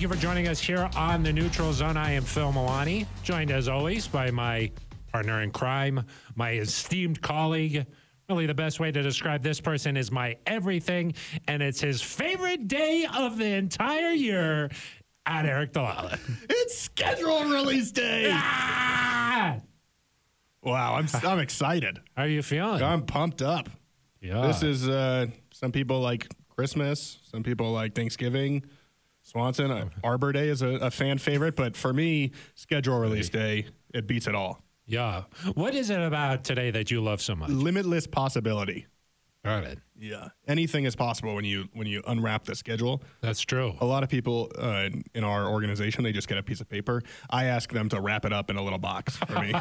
you for joining us here on the Neutral Zone. I am Phil Milani, joined as always by my partner in crime, my esteemed colleague. Really, the best way to describe this person is my everything, and it's his favorite day of the entire year. At Eric Delala. It's scheduled release day. Ah! Wow, I'm I'm excited. How are you feeling? I'm pumped up. yeah. This is uh, some people like Christmas, some people like Thanksgiving. Swanson uh, Arbor Day is a, a fan favorite, but for me, schedule release day it beats it all. yeah. What is it about today that you love so much? Limitless possibility. Love it. Yeah, anything is possible when you when you unwrap the schedule. That's true. A lot of people uh, in our organization they just get a piece of paper. I ask them to wrap it up in a little box for me.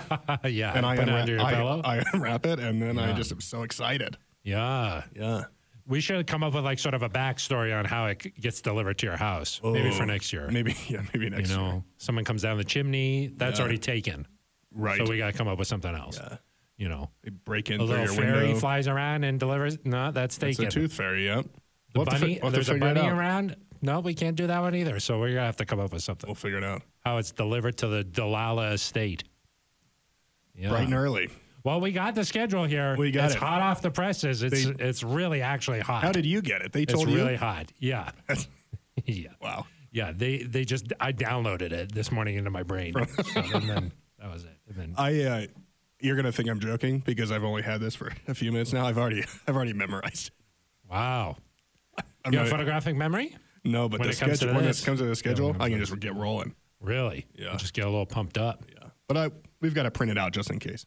yeah. and I, put it unwra- under your I- pillow. I unwrap it, and then I just am so excited. yeah. Yeah. We should come up with like sort of a backstory on how it c- gets delivered to your house, maybe for next year. Oh. Maybe, yeah, maybe you next know, year. someone comes down the chimney, that's Yeah. already taken. Right. So we got to come up with something else. You know, they break in a through little your fairy window. flies around and delivers. No, that's it's taken. a tooth fairy, yep. The We'll have to bunny, fi- we'll have to there's a figure it bunny out. around. No, we can't do that one either. So we're gonna have to come up with something. We'll figure it out. How it's delivered to the Dalala estate. Yeah. Bright and early. Well, we got the schedule here. We got it's it. hot off the presses. It's They- it's really actually hot. How did you get it? They it's told you? really hot. Yeah. yeah. wow. Yeah, they they just I downloaded it this morning into my brain, So, and then that was it. And then I, uh, you're going to think I'm joking because I've only had this for a few minutes now. I've already, I've already memorized it. wow, I'm you have not- photographic memory? no, but when the it comes to schedule, when this. this comes to the schedule, when it I can just get rolling. Really? Yeah. You Just get a little pumped up. Yeah. But I, we've got to print it out just in case.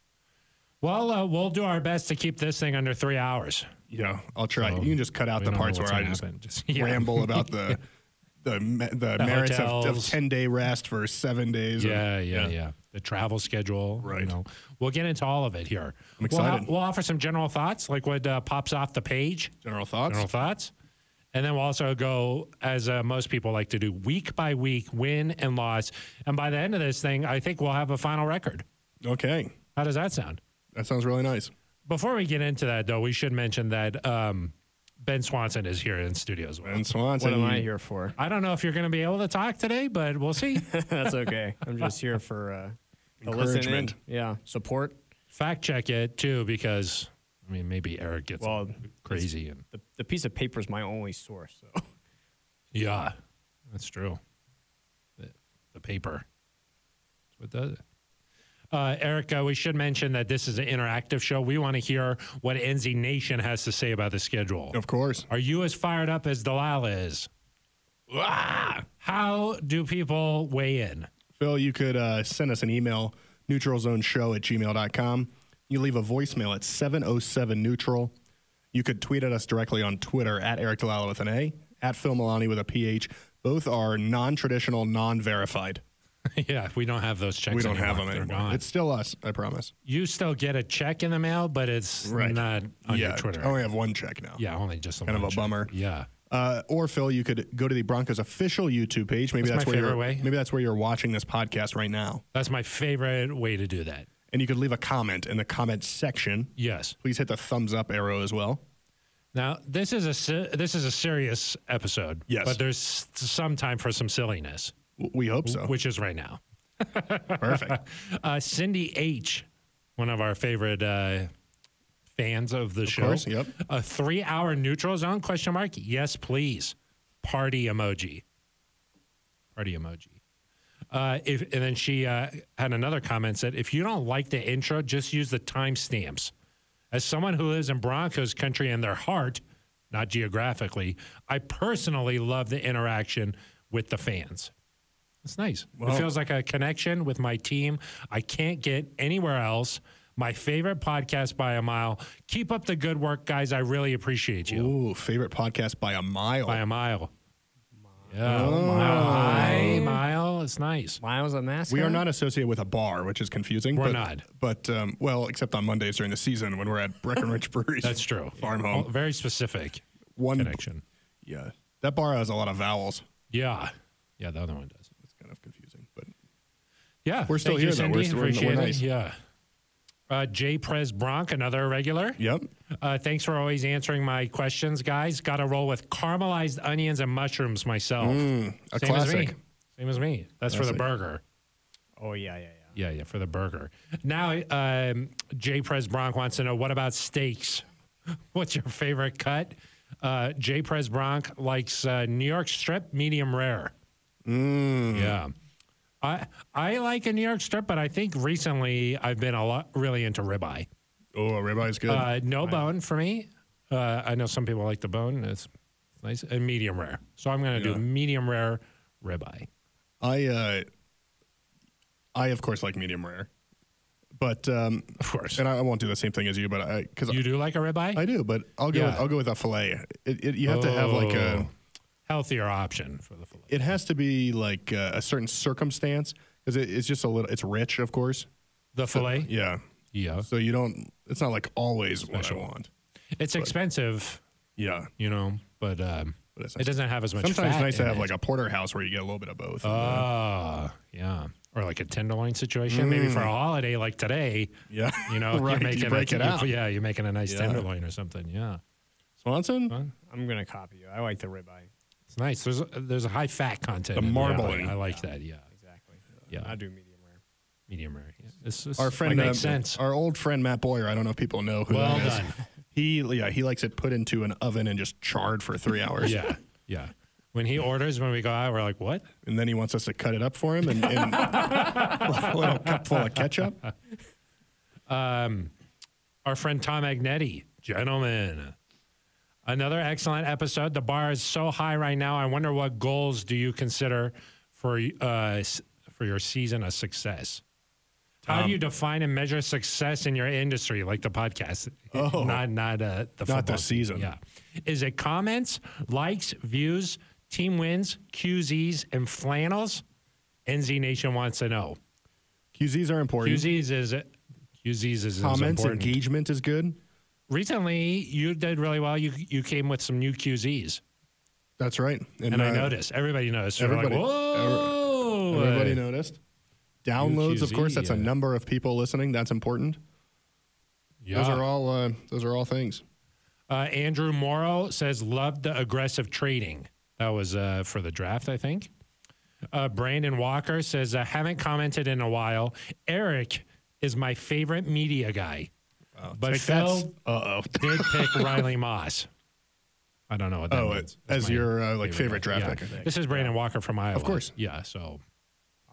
Well, uh, we'll do our best to keep this thing under three hours. Yeah, I'll try. So, you can just cut out Oh. we the don't know parts what's where I gonna just happen. Just- yeah. ramble about the the me- the, merits of, of hotels. ten day rest for seven days. or- Yeah, yeah, yeah, The travel schedule. You Right. know, we'll get into all of it here. I'm We'll, excited. we'll offer some general thoughts, like what uh, pops off the page. General thoughts. General thoughts. And then we'll also go, as uh, most people like to do, week by week, win and loss. And by the end of this thing, I think we'll have a final record. Okay, How does that sound? that sounds really nice. Before we get into that, though, we should mention that um, Ben Swanson is here in studio as well. And Swanson, What am I here for? I don't know if you're going to be able to talk today, but we'll see. That's okay. I'm just here for uh, the listening. Encouragement. Yeah, support. Fact check it, too, because, I mean, maybe Eric gets Well, crazy. And, The, the piece of paper is my only source. So yeah, that's true. The, the paper. That's what does it. Uh, Eric, uh, we should mention that this is an interactive show. We want to hear what NZ Nation has to say about the schedule. Of course. Are you as fired up as Delilah is? Ah! How do people weigh in? Phil, you could uh, send us an email, neutralzoneshow at gmail.com. You leave a voicemail at 707 neutral. You could tweet at us directly on Twitter at Eric Delala with an A, at Phil Milani with a PH. Both are non traditional, non verified. yeah, we don't have those checks. We don't have them anymore. They're anymore. gone. It's still us, I promise. you still get a check in the mail, but it's Right. not on yeah, your Twitter. I only have one check now. yeah, only just Kind of one a check. bummer. Yeah, Uh, or Phil, you could go to the Broncos official YouTube page. Maybe That's that's, my where favorite you're, way. maybe that's where you're watching this podcast right now. that's my favorite way to do that. And you could leave a comment in the comment section. Yes. Please hit the thumbs up arrow as well. Now this is a se- this is a serious episode. Yes. but there's s- some time for some silliness, W- We hope so. which is right now. Perfect. Uh, Cindy H, one of our favorite uh, fans of the show. course, yep. A three-hour neutral zone question mark? Yes, please. Party emoji. Party emoji. Uh, if and then she uh, had another comment said, if you don't like the intro, just use the timestamps. As someone who lives in Broncos country in their heart, not geographically, I personally love the interaction with the fans. It's nice. it Well- feels like a connection with my team. I can't get anywhere else. My favorite podcast by a mile. Keep up the good work, guys. I really appreciate you. Ooh, favorite podcast by a mile. By a mile. Yeah. Oh. Mile high, mile. It's nice. Miles a mascot. we are not associated with a bar, which is confusing. We're but, not. But, um, well, except on Mondays during the season when we're at Breckenridge Breweries. That's true. Farm Oh, home. Very specific One. connection. Yeah. That bar has a lot of vowels. Yeah. Yeah, the other one does. It's kind of confusing. But Yeah. We're still Thank you, here, though. We're- Cindy. we're- we're Appreciate it. nice. Yeah. Uh, J. Prez Bronk, another regular. Yep. Uh, thanks for always answering my questions, guys. Got to roll with caramelized onions and mushrooms myself. Hmm. Same a as me. classic. Same as me. That's for the Classic. burger. Oh yeah, yeah, yeah. Yeah, yeah, for the burger. Now, um, Jay Prez Bronk wants to know what about steaks? What's your favorite cut? Uh, Jay Prez Bronk likes uh, New York strip, medium rare. Mm. Yeah. I I like a New York strip, but I think recently I've been a lot really into ribeye. Oh, ribeye's good. Uh, no bone for me. Uh, I know some people like the bone. It's it's nice. And medium rare. So I'm going to Yeah. do medium rare ribeye. I uh, I of course like medium rare, but um, Of course. and I, I won't do the same thing as you, but I because You do like a ribeye? I do, but I'll go Yeah. with, I'll go with a fillet. It, it, you have to have like a Oh. healthier option for the fillet. it has to be like a, a certain circumstance because it, it's just a little it's rich, of course. The fillet? Yeah, Yeah. so you don't. It's not like always what I want. It's expensive, Yeah, you know, but um, But it's it doesn't have as much sometimes it's fat nice to in have it. like uh, a porterhouse where you get a little bit of both. Ah, yeah. Or like a tenderloin situation. Maybe for a holiday like today, yeah, you know, Mm. right? you're making you break a, it you- out. Yeah, you're making a nice Yeah. tenderloin or something. Yeah. Swanson, I'm gonna copy you. I like the ribeye. It's nice. There's a, there's a high fat content. The in marbling. I like that. Yeah. Exactly. Yeah. I do medium rare. Medium rare. Yeah. It's, it's, our friend, like, uh, makes sense. our old friend Matt Boyer. I don't know if people know who Well that is. done. He yeah, he likes it put into an oven and just charred for three hours. yeah. Yeah. When he orders, when we go out, we're like, what? And then he wants us to cut it up for him and, and a little cup full of ketchup. our friend Tom Agnetti. Gentlemen, another excellent episode. The bar is so high right now. I wonder what goals do you consider for uh, s- for your season a success? How Um, do you define and measure success in your industry, like the podcast? Oh. not not uh, the Not the football team. season. Yeah, is it comments, likes, views, team wins, QZs, and flannels? NZ Nation wants to know. QZs are important. QZs is QZs is as Comments, important engagement is good. recently you did really well. You you came with some new QZs, That's right. and I uh, noticed everybody noticed. They were everybody- like, whoa, Everybody noticed. Downloads, of QZ, course, that's a yeah. number of people listening. That's important. Yeah. Those are all uh, those are all things. uh, Andrew Morrow says loved the aggressive trading. That was uh, for the draft, I think. Uh, Brandon Walker says I haven't commented in a while. Eric is my favorite media guy, but Phil uh oh. did pick Riley Moss. I don't know what that Oh, means. That's as my your uh, like favorite guy. draft Yeah. pick. This is Brandon Walker from Iowa. course. Yeah, so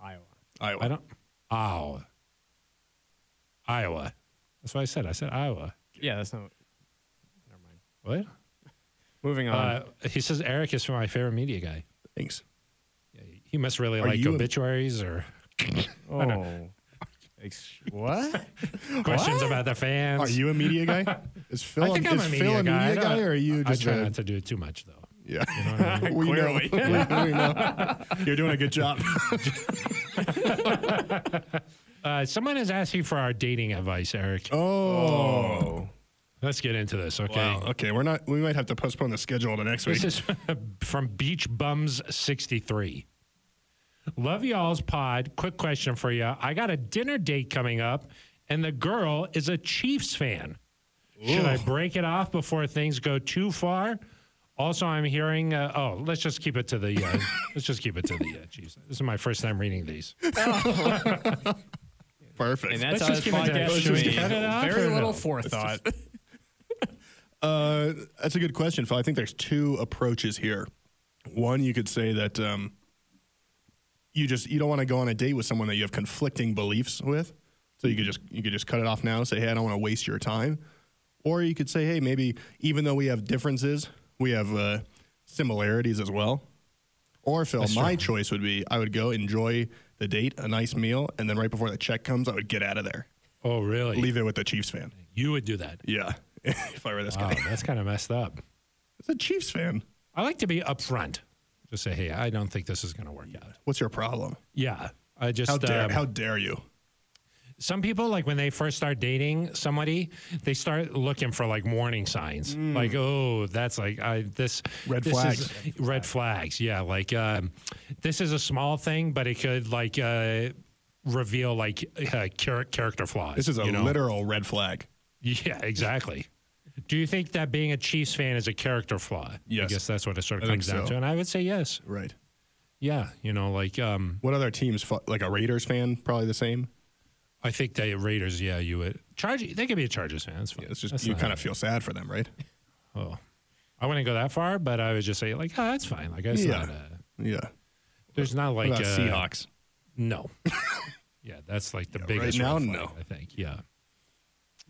Iowa. I Iowa. don't. Ow. Iowa. That's what I said. I said Iowa. Yeah, that's not. Never What? mind. Moving on. Uh, he says Eric is from my favorite media guy. Thanks. Yeah, He must really Are like you a- obituaries or oh. Ex- what? questions about the fans. Are you a media guy? Is Phil I think a, I'm is a media Phil a guy. media I don't- guy, or are you I just try a, not to do too much though. yeah? You know what I mean? We know. Clearly. We- we know. You're doing a good job. uh, someone is asking for our dating advice, Eric. Oh. Let's get into this, okay? Wow. Okay, we're not. We might have to postpone the schedule to next week. This is from Beach Bums 63. Love y'all's pod. Quick question for you. I got a dinner date coming up, and the girl is a Chiefs fan. Should I break it off before things go too far? Also, I'm hearing. Uh, oh, let's just keep it to the. Uh, let's just keep it to the uh, Chiefs. This is my first time reading these. Perfect. And Let's that's how just this give it to- podcast let's should just be. cut it out or Very no? little forethought. uh, that's a good question, Phil. I think there's two approaches here. One, you could say that um, you just you don't want to go on a date with someone that you have conflicting beliefs with, so you could just you could just cut it off now. Say, hey, I don't want to waste your time. Or you could say, hey, maybe even though we have differences, we have uh, similarities as well. Or Phil, my choice would be I would go enjoy the date, a nice meal, and then right before the check comes, I would get out of there. Oh, really? Leave it with the Chiefs fan. You would do that? Yeah. if I were this Wow, guy. that's kind of messed up. It's a Chiefs fan. I like to be upfront. Just say, hey, I don't think this is going to work out. What's your problem? Yeah, I just How dare um, how dare you? some people like when they first start dating somebody they start looking for like warning signs like oh that's like i this Mm. Red this flags. is- red flags yeah like um, this is a small thing but it could like uh, reveal like uh, char- character flaws. This is a you know? literal red flag. Yeah, exactly. Do you think that being a Chiefs fan is a character flaw? I Yes. guess that's what it sort of I think comes down so. to. And I would say yes. Right. Yeah. You know, like um, What other teams, fu- like a Raiders fan, probably the same? I think the Raiders, yeah, you would. Charge, they could be a Chargers fan. That's fine. Yeah, it's just, That's you not- kind of feel sad for them, right? Oh, I wouldn't go that far, but I would just say, like, oh, that's fine. Like, it's Yeah. not a, Yeah. there's not like What about a, Seahawks? No. yeah, that's like the Yeah, biggest right now, red flag, no. I think. Yeah.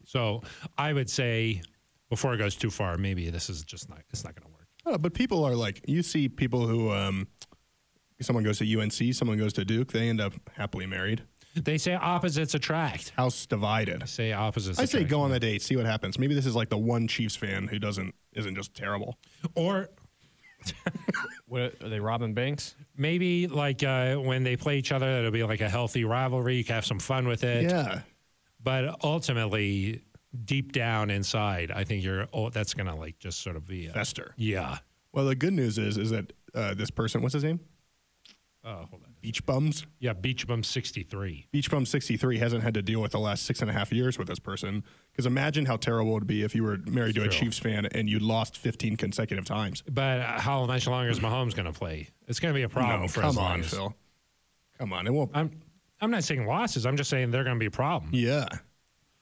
So I would say before it goes too far, maybe this is just not it's not gonna work. Oh, but people are like, you see people who, um, someone goes to UNC, someone goes to Duke, they end up happily married. They say opposites attract. House divided. Say opposites I say attract. go on the date, see what happens. Maybe this is like the one Chiefs fan who doesn't isn't just terrible. Or What, are they robbing banks? maybe like uh, when they play each other, it'll be like a healthy rivalry. You can have some fun with it. Yeah, But ultimately, deep down inside, I think you're oh, that's gonna like just sort of be a, fester. yeah. Well, the good news is is that uh, this person, what's his name? Oh, hold on. Beach Bums. Yeah, Beach Bum sixty three. Beach Bum sixty three hasn't had to deal with the last six and a half years with this person. Because imagine how terrible it would be if you were married to a True. Chiefs fan and you lost fifteen consecutive times. But uh, how much longer is Mahomes going to play? It's going to be a problem no, for come as long on, as- Phil. Come on, it won't. I'm I'm not saying losses. I'm just saying they're going to be a problem. yeah,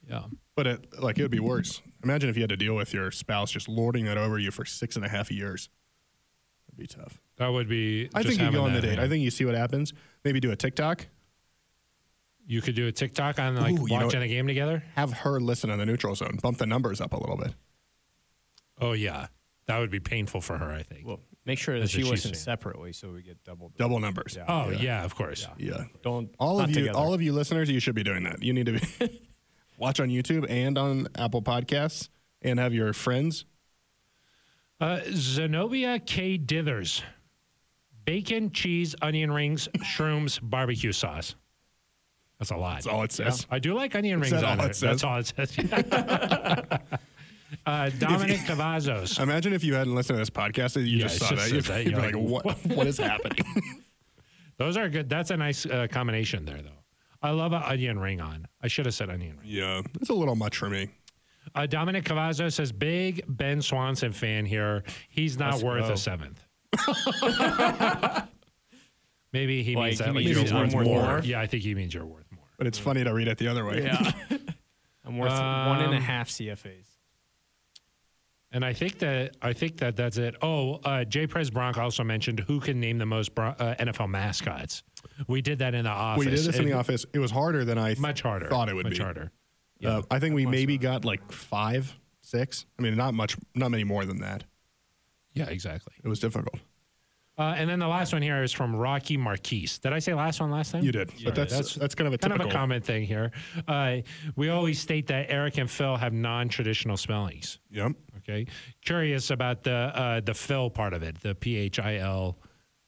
Yeah. but it like it would be worse. Imagine if you had to deal with your spouse just lording that over you for six and a half years. That'd be tough. That would be. I just think you having go on the that, date. yeah. I think you see what happens. Maybe do a TikTok. you could do a TikTok on like Ooh, you know watching what- a game together. Have her listen on the neutral zone. Bump the numbers up a little bit. Oh yeah, that would be painful for her. I think. Well, make sure that That's she what she wasn't said. separately, so we get double. Double numbers. Yeah. oh yeah. of course. Yeah. Don't All of not you, together. all of you listeners, you should be doing that. You need to be watch on YouTube and on Apple Podcasts, and have your friends. Uh, Zenobia K Dithers, bacon, cheese, onion rings, shrooms, barbecue sauce. That's a lot. That's all it says. I do like onion Is rings that on all there. it says? That's all it says. uh, Dominic Cavazos. Imagine if you hadn't listened to this podcast and you Yeah, just it saw just that. You'd, says that. you'd You're be like, like, what, what is happening? Those are good. That's a nice uh, combination there, though. I love an onion ring on. I should have said onion ring. yeah. It's a little much for me. Uh, Dominic Cavazzo says, big Ben Swanson fan here. He's not Let's worth go. a seventh. Maybe he Like, means he that like, means you're he's worth worth more. more? Yeah, I think he means you're worth more. But it's funny to read it the other way. Yeah. I'm worth one and a Um, half CFAs. And I think that I think that that's it. Oh, uh, Jay Prez Bronk also mentioned who can name the most bron- uh, NFL mascots. We did that in the office. we did this in the It- office. It was harder than I th- Much harder. thought it would much be. harder. Uh, I think we maybe got like five, six. I mean, not much, not many more than that. Yeah, exactly. It was difficult. Uh, and then the last one here is from Rocky Marquise. Did I say last one last time? You did, Sorry, but that's, that's kind of a kind typical. of a common thing here. Uh, we always state that Eric and Phil have non-traditional spellings. Yep. Okay, curious about the uh, the Phil part of it, the P H I L.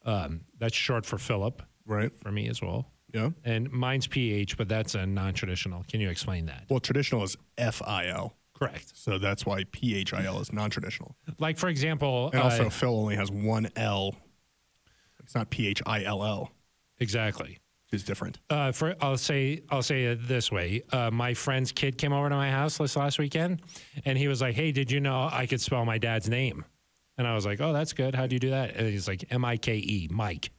Um, that's short for Philip Right. for me as well, Yeah. and mine's P H, but that's a non-traditional. Can you explain that? Well, traditional is F I L, Correct. so that's why P H I L is non-traditional. Like for example, And uh, also, Phil only has one L. It's not P H I L L, exactly. which is different. uh, for I'll say I'll say it this way. Uh, my friend's kid came over to my house this last weekend, and he was like, "Hey, did you know I could spell my dad's name?" And I was like, "Oh, that's good. How do you do that?" And he's like, "M I K E, Mike."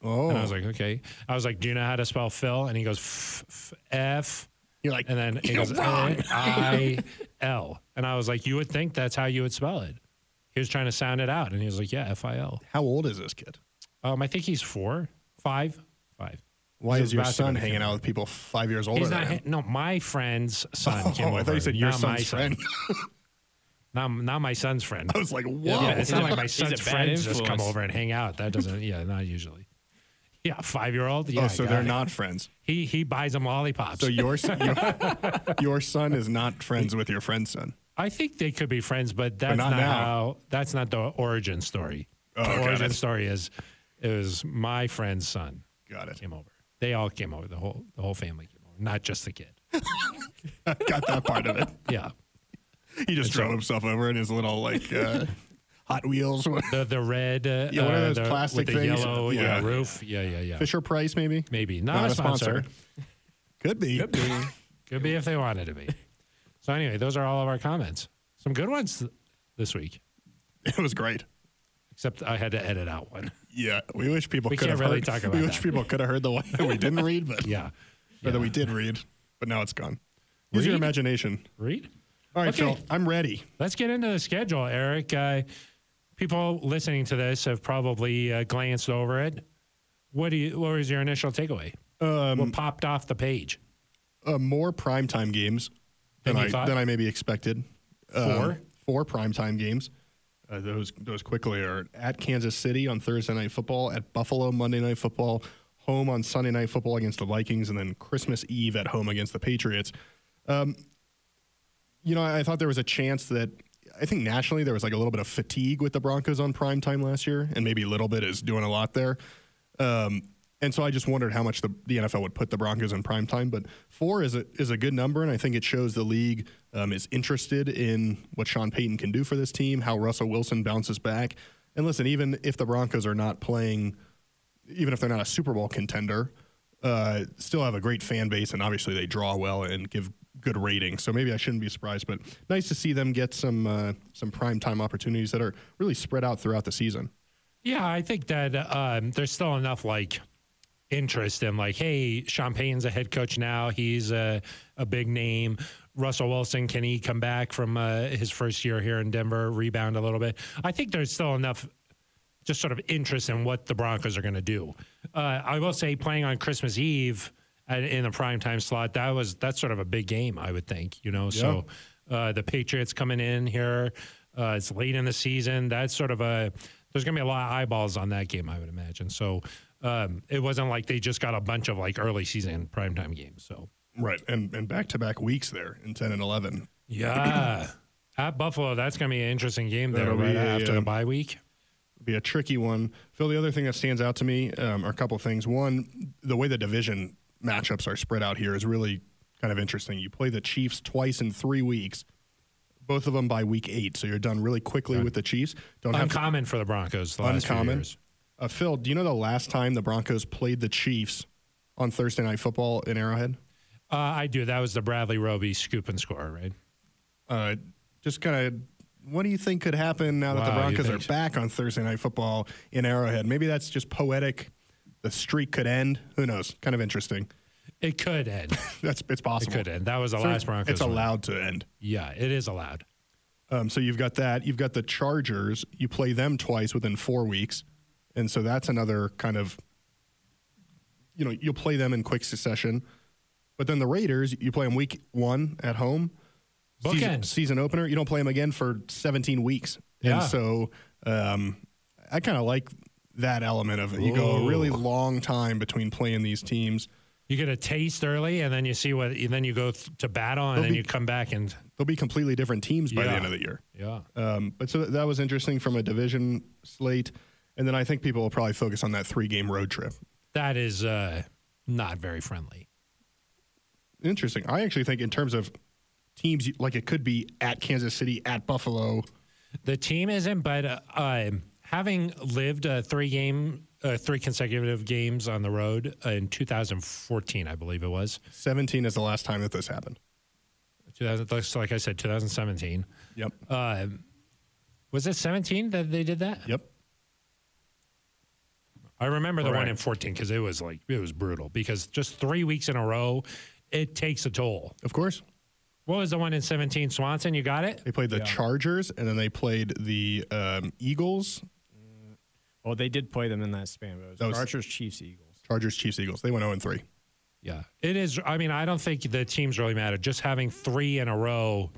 Oh, And I was like, "Okay." I was like, "Do you know how to spell Phil?" And he goes, "F, f- F you're like, and then he You're goes wrong. I L." And I was like, "You would think that's how you would spell it." He was trying to sound it out, and he was like, "Yeah, F I L." how old is this kid? Um, I think he's four, five, five. Why He's is your about to son go to hanging kindergarten. out with people five years older He's than not. him? ha- No, my friend's son came Oh, over. I thought you said your not my son's son. friend. Oh, Not, not my son's friend. I was like, whoa. Yeah, it's not like my He's a son's bad friends just come influence. over and hang out. That doesn't. Yeah, not usually. Yeah, five year old. Yeah, oh, so got they're it. not friends. He he buys them lollipops. So your, s- your your son is not friends with your friend's son. I think they could be friends, but that's not not, now. how. That's not the origin story. Oh, the okay, origin that's- story is it was my friend's son Got it. came over. They all came over. The whole the whole family came over, not just the kid. Got that part of it. Yeah, He just drove himself over in his little like uh, Hot Wheels the the red. Uh, Yeah, one of uh, those the- plastic with the things. yellow yeah. Yeah. roof. Yeah, yeah, yeah. Fisher Price maybe. Maybe not, a sponsor. Could be. Could be. Could be if they wanted to be. So anyway, those are all of our comments. Some good ones th- this week, It was great. except I had to edit out one. Yeah, we wish people We could can't have really heard, talk We about wish that. people could have heard the one that we didn't read, but Yeah. or that Yeah. we did read, but now it's gone. Use your Read? imagination. Read. All right, Okay. Phil, I'm ready. Let's get into the schedule, Eric. Uh, people listening to this have probably uh, glanced over it. What do you? What was your initial takeaway? Um, what popped off the page? Uh, more primetime games than Than you I thought? than I maybe expected. Um, Four? four primetime games. Uh, those those quickly are at Kansas City on Thursday night football, at Buffalo Monday night football, home on Sunday night football against the Vikings, and then Christmas Eve at home against the Patriots. you know, I thought there was a chance that I think nationally there was like a little bit of fatigue with the Broncos on prime time last year, and maybe a little bit is doing a lot there. Um, and so I just wondered how much the, the NFL would put the Broncos in prime time. But four is a, is a good number, and I think it shows the league um, is interested in what Sean Payton can do for this team, how Russell Wilson bounces back. And listen, even if the Broncos are not playing even if they're not a Super Bowl contender, uh, still have a great fan base, and obviously they draw well and give good ratings. So maybe I shouldn't be surprised, but nice to see them get some uh, some prime time opportunities that are really spread out throughout the season. Yeah, I think that um, there's still enough like interest in like, hey, Sean Payton's a head coach now. He's a, a big name. Russell Wilson, can he come back from uh, his first year here in Denver, rebound a little bit? I think there's still enough just sort of interest in what the Broncos are going to do. Uh, I will say, playing on Christmas Eve at, in the primetime slot, that was that's sort of a big game, I would think. You know, so uh, the Patriots coming in here, uh, it's late in the season. That's sort of a there's going to be a lot of eyeballs on that game, I would imagine. So um, it wasn't like they just got a bunch of like early season primetime games. So Right, and and back to back weeks there in ten and eleven. yeah, at Buffalo, that's going to be an interesting game there That'll be right a, after the um, bye week. be a tricky one. Phil, the other thing that stands out to me um, are a couple things. One, the way the division matchups are spread out here is really kind of interesting. You play the Chiefs twice in three weeks, both of them by week eight, so you're done really quickly with the Chiefs. Don't have to, Uncommon for the Broncos. The last few uncommon. years. Uh, Phil, do you know the last time the Broncos played the Chiefs on Thursday Night Football in Arrowhead? Uh, I do. That was the Bradley Roby scoop and score, right? Uh, just kind of. What do you think could happen now that the Wow, you Broncos are think- back on Thursday Night Football in Arrowhead? Maybe that's just poetic. The streak could end. Who knows? Kind of interesting. It could end. That's it's It possible. could end. That was the last Broncos. It's win. allowed to end. Yeah, it is allowed. Um, so you've got that. You've got the Chargers. You play them twice within four weeks, and so that's another kind of. You know, you'll play them in quick succession, but then the Raiders, you play them week one at home. Season, Bookends. season opener. You don't play them again for 17 weeks, Yeah. and so um, I kind of like that element of it. You go a really long time between playing these teams. You get a taste early, and then you see what. And then you go th- to battle, and then be- you come back and They'll be completely different teams by the Yeah. end of the year. yeah. Um, but so that was interesting from a division slate. And then I think people will probably focus on that three game road trip. That is uh, not very friendly. Interesting. I actually think, in terms of teams, like it could be at Kansas City, at Buffalo. The team isn't, but uh, um, having lived uh, three game, uh, three consecutive games on the road uh, in 2014, I believe it was. 17 is the last time that this happened. 2000, looks like I said, 2017. Yep. Uh, was it 17 that they did that? Yep. I remember the one Right. in 14 because it was like it was brutal because just three weeks in a row, it takes a toll. Of course. What was the one in 17? Swanson, you got it? They played the Chargers and then they played the um, Eagles, Well, Oh, they did play them in that span, but it was, That was- Chargers, Chiefs, Eagles. Chargers, Chiefs, Eagles. They went 0 3. Yeah, it is. I mean, I don't think the teams really matter. Just having three in a row,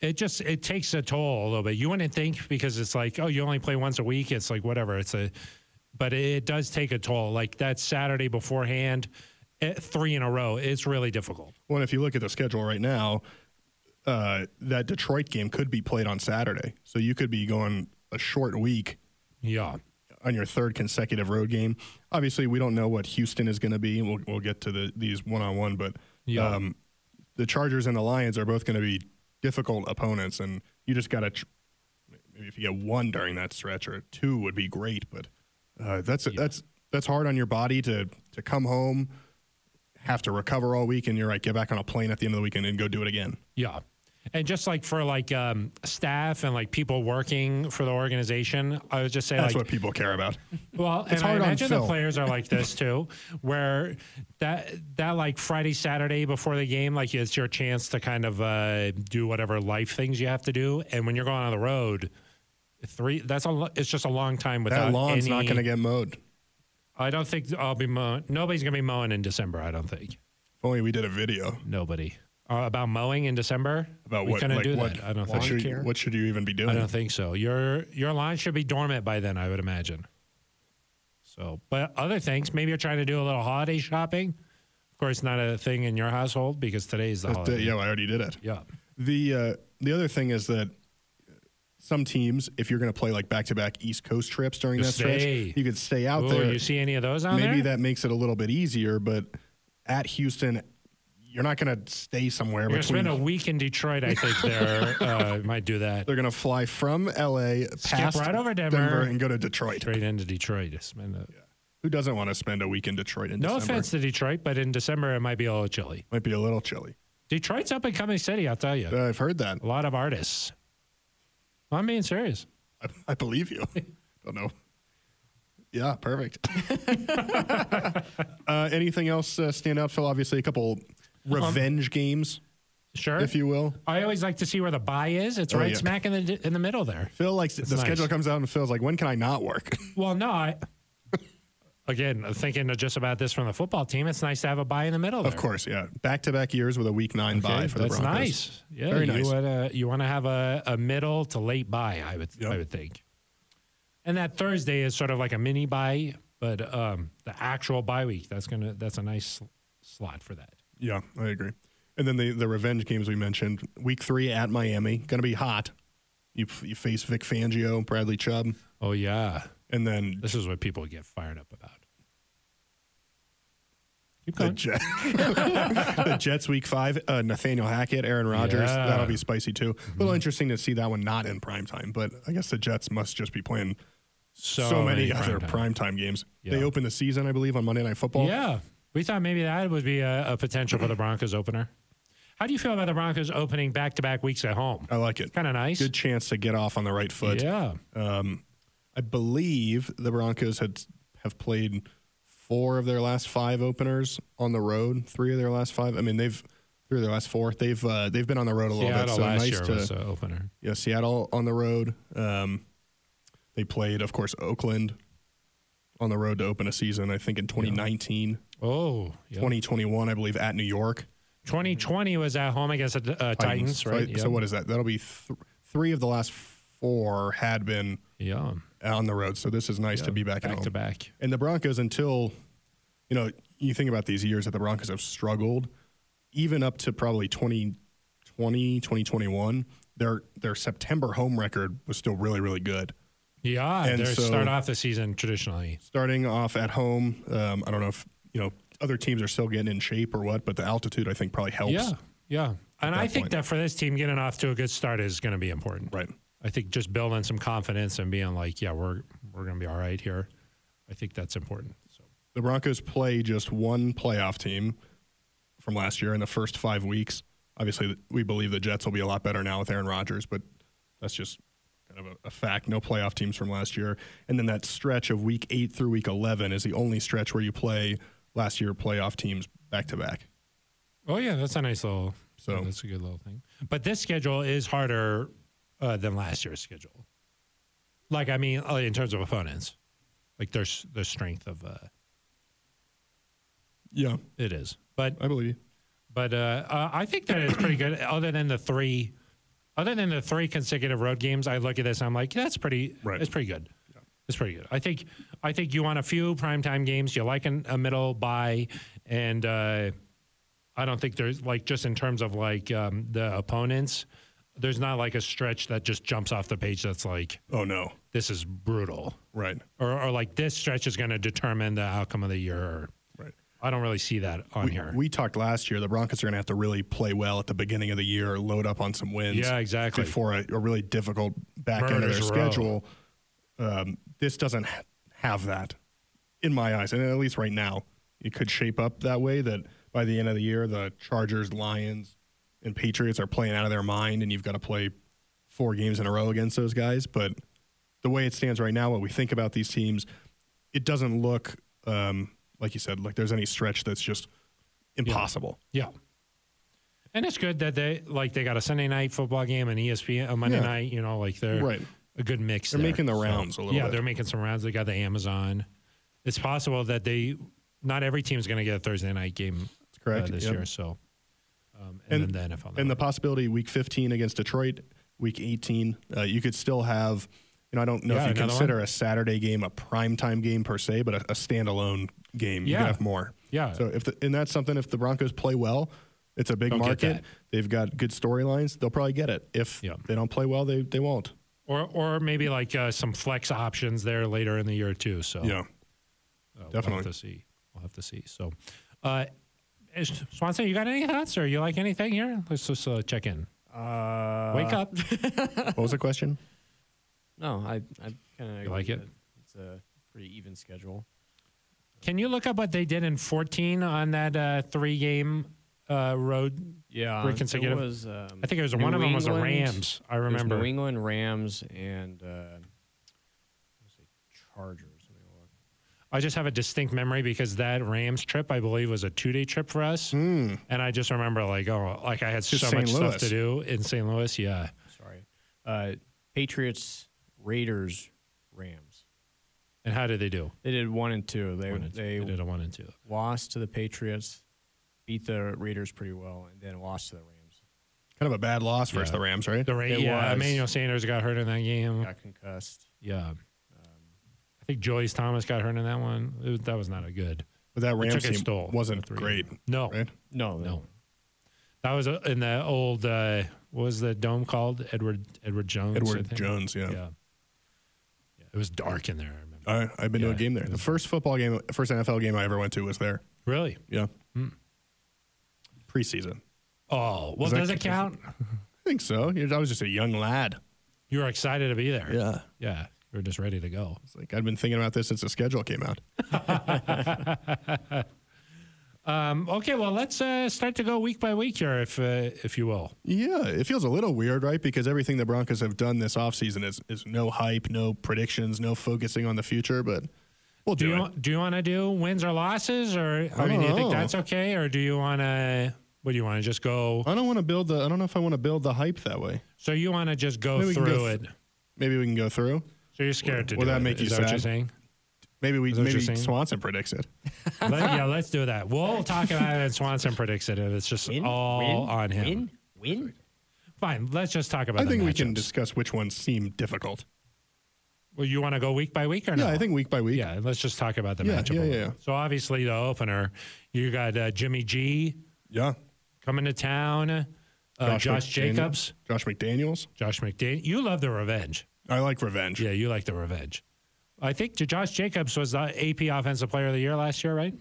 it just it takes a toll a little bit. You wouldn't think because it's like, oh, you only play once a week. It's like whatever. It's a, but it does take a toll. Like that Saturday beforehand, eh, three in a row. It's really difficult. Well, and if you look at the schedule right now, uh, that Detroit game could be played on Saturday. So you could be going a short week Yeah, on your third consecutive road game. Obviously, we don't know what Houston is going to be. We'll, we'll get to the, these one on one, but Yeah. um, the Chargers and the Lions are both going to be difficult opponents, and you just got to. Tr- maybe if you get one during that stretch or two would be great, but uh, that's that's that's hard on your body to to come home, have to recover all week, and you're right, get back on a plane at the end of the weekend and go do it again. Yeah. And just like for like um, staff and like people working for the organization, I would just say That's like, what people care about. well, and I hard on imagine the Phil. players are like this too, where that that like Friday Saturday before the game, like it's your chance to kind of uh, do whatever life things you have to do, and when you're going on the road, three that's a lo- it's just a long time without That lawn's not any- going to get mowed. If I don't think I'll be mowing. Nobody's gonna be mowing in December. I don't think only we did a video nobody uh, about mowing in December. about we what, couldn't like, do what, that. I don't think. what should, care. what should you even be doing? I don't think so. Your your line should be dormant by then, I would imagine. So, but other things, maybe you're trying to do a little holiday shopping. Of course, not a thing in your household because today's the But, uh, holiday. yeah, I already did it. yeah. The uh, the other thing is that some teams, if you're going to play like back to back East Coast trips during Just that stretch, stay. you could stay out Ooh, there. you see any of those on there? Maybe that makes it a little bit easier, but at Houston, you're not going to stay somewhere You're gonna between. spend a week in Detroit. I think there uh, might do that. They're going to fly from LA, past right over Denver. and go to Detroit. Straight into Detroit. Spend a- Who doesn't want to spend a week in Detroit in no December? offense to Detroit, but in December it might be a little chilly. Might be a little chilly. Detroit's up and coming city, I'll tell you. Uh, I've heard that. a lot of artists. I'm being serious. I, I believe you. Don't know. Yeah, perfect. uh, anything else uh, stand out, Phil? Obviously, a couple revenge games, Um, Sure. if you will. I always like to see where the buy is. It's Oh, right yeah. smack in the in the middle there. Phil likes the nice. schedule comes out, and Phil's like, "When can I not work?" Well, no, I again thinking just about this from the football team. It's nice to have a buy in the middle. of there. course, yeah. Back to back years with a week nine Okay, bye for that's the Broncos. nice. Yeah, Very you nice. Wanna, you want to have a, a middle to late buy. I would I would think. And that Thursday is sort of like a mini buy, but um, the actual bye week that's gonna that's a nice sl- slot for that. Yeah, I agree. And then the the revenge games we mentioned. Week three at Miami, going to be hot. You f- you face Vic Fangio, Bradley Chubb, Oh yeah, and then this is what people get fired up about. Keep the, going. Jet, the Jets week five. Uh, Nathaniel Hackett, Aaron Rodgers. Yeah. Mm-hmm. That'll be spicy too. A little interesting to see that one not in prime time, but I guess the Jets must just be playing so, many, other primetime. prime time games. They Yeah. open the season, I believe, on Monday Night Football. Yeah. We thought maybe that would be a, a potential for the Broncos opener. How do you feel about the Broncos opening back to back weeks at home? I like it. Kind of nice. Good chance to get off on the right foot. yeah. I believe the Broncos had have played four of their last five openers on the road. Three of their last five. I mean, they've three of their last four. They've uh, they've been on the road a little Seattle bit. So last uh, nice year to was the opener. yeah, Seattle on the road. Um, they played, of course, Oakland on the road to open a season. I think in 2019, Oh, yeah. 2021, I believe at New York. 2020 was at home against the uh, Titans, So I- right? So, what is that? That'll be th- three of the last four had been Yeah. on the road. So this is nice to be back, at Back home. to back. And the Broncos, until you know, you think about these years that the Broncos have struggled, even up to probably 2020, 2021, their their September home record was still really, really good. Yeah. And They so- start off the season traditionally. Starting off at home, um, I don't know if you know other teams are still getting in shape or what, but the altitude I think probably helps. Yeah. Yeah. And I that think point. that for this team, getting off to a good start is going to be important. Right. I think just building some confidence and being like, yeah, we're we're going to be all right here. I think that's important. So. The Broncos play just one playoff team from last year in the first five weeks. Obviously, we believe the Jets will be a lot better now with Aaron Rodgers, but that's just kind of a, a fact. No playoff teams from last year. And then that stretch of week eight through week 11 is the only stretch where you play last year playoff teams back to back. Oh yeah, that's a nice little. So- yeah, that's a good little thing. But this schedule is harder uh, than last year's schedule. Like I mean, uh, in terms of opponents, like there's the strength of uh, Yeah, it is. But I believe you. but uh, uh, I think that it's pretty good. Other than the three, other than the three consecutive road games, I look at this. and I'm like, that's pretty. Right. It's pretty good. It's pretty good. I think. I think you want a few primetime games. You like an, a middle bye, and uh, I don't think there's like just in terms of like um, the opponents. There's not like a stretch that just jumps off the page. That's like Oh, no. this is brutal, Right, or, or like this stretch is going to determine the outcome of the year. Or, right. I don't really see that on here. We talked last year the Broncos are going to have to really play well at the beginning of the year, load up on some wins. Yeah, exactly. Before a, a really difficult back end of their Murder's Row. schedule. Um, this doesn't ha- have that in my eyes, and at least right now, it could shape up that way. That by by the end of the year, the Chargers, Lions, and Patriots are playing out of their mind, and you've got to play four games in a row against those guys. But the way it stands right now, what we think about these teams, it doesn't look um, like you said like there's any stretch that's just impossible. Yeah. And it's good that they like they got a Sunday night football game E and ESPN a Monday Yeah. night. You know, like they're Right. a good mix. They're there. making the rounds a little yeah, bit. they're making some rounds. They got the Amazon. It's possible that they not every team's going to get a Thursday night game That's correct. uh, this Yep. year. So, um, and, And- then the NFL. And the Network. possibility week 15 against Detroit, week 18, uh, you could still have, you know, I don't know Yeah, if you another consider a Saturday game a primetime game per se, but a, a standalone game. You Yeah. could have more. Yeah. So if the, and that's something if the Broncos play well, it's a big Don't get that. market. They've got good storylines. They'll probably get it. If Yeah. they don't play well, they, they won't. or or maybe like uh, some flex options there later in the year too. So Yeah. uh, We'll definitely. have to see. We'll have to see. So, uh, is- Swanson, you got any thoughts or you like anything here? Let's just uh, check in. Uh, Wake up. What was the question? No, I, I kind of like it? It's a pretty even schedule. Can you look up what they did in 14 on that uh, three game uh, road? Yeah, Pretty consecutive. It was, um, I think it was New one of them was the England- Rams. I it was remember. New England Rams and uh, what was it, Chargers. Let me look. I just have a distinct memory because that Rams trip, I believe, was a two day trip for us. Mm. And I just remember, like, oh, like I had so Just St. much stuff Louis. to do in St. Louis. Yeah. Sorry, uh, Patriots, Raiders, Rams. And how did they do? They did one and two. They One and two. they they did a one and two. lost to the Patriots, beat the Raiders pretty well, and then lost to the Rams. Kind of a bad loss versus Yeah. the Rams, right? The Ra- It yeah, was. Emmanuel Sanders got hurt in that game. Got concussed. Yeah. I think Julius Thomas got hurt in that one. It was- that was not a good. But that took Rams a team stole, wasn't a three. Oh. great, No. right? No, No. That was uh, in the old uh, what was the dome called? Edward Edward Jones. I Edward think? Jones, Yeah. yeah. Yeah, It was dark in there. I remember. I, I've been Yeah, to a game there. it The was- first football game, first NFL game I ever went to was there. Really? Yeah. Hmm. Preseason. Oh, well, Is that- does it count? I think so. You know, I was just a young lad. You were excited to be there. Yeah. Yeah. You were just ready to go. It's like I'd been thinking about this since the schedule came out. Um, okay. Well, let's uh, start to go week by week here, if uh, if you will. Yeah, it feels a little weird, right? Because everything the Broncos have done this offseason is, is no hype, no predictions, no focusing on the future, but we'll Do do, Oh. you it. do you want to do wins or losses, or I, I mean, do you don't think know. that's okay, or do you want to? What do you want to just go? I don't want to build the I don't know if I want to build the hype that way. So you want to just go Maybe we through can go Oh, it? th- Maybe we can go through. So you're scared to Will do that it, make you is that what you're sad? saying? Maybe we Is that what maybe you're saying? Swanson predicts it. Let- yeah, let's do that. We'll talk about it. And Swanson predicts it, and it's just all on him. Win. Win. Fine. Let's just talk about. I the think we can matchups. discuss which ones seem difficult. Well, you want to go week by week or no? Yeah, I think week by week. Yeah, and let's just talk about the Yeah, matchup. yeah, a yeah, little. yeah. So obviously the opener, you got uh, Jimmy G Yeah. coming to town. Uh, Josh, McDaniel- Jacobs, Josh McDaniels. Josh McDaniel. You love the revenge. I like revenge. Yeah, you like the revenge. I think J- Josh Jacobs was the AP Offensive Player of the Year last year, right?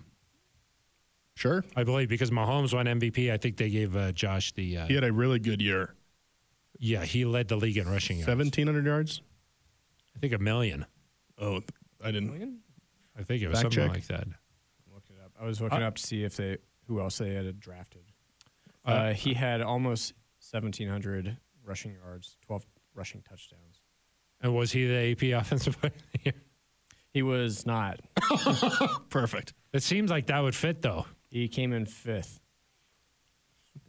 Sure. I believe because Mahomes won MVP. I think they gave uh, Josh the. Uh, He had a really good year. Yeah, he led the league in rushing yards. 1,700 yards? I think a million. Oh, th- I didn't. Win? I think it was Fact something check. like that. I'm looking it up. I was looking up to see if they who else they had drafted. Uh, he had almost 1,700 rushing yards, 12 rushing touchdowns. And was he the AP Offensive Player of the Year? He was not. Perfect. It seems like that would fit, though. He came in fifth.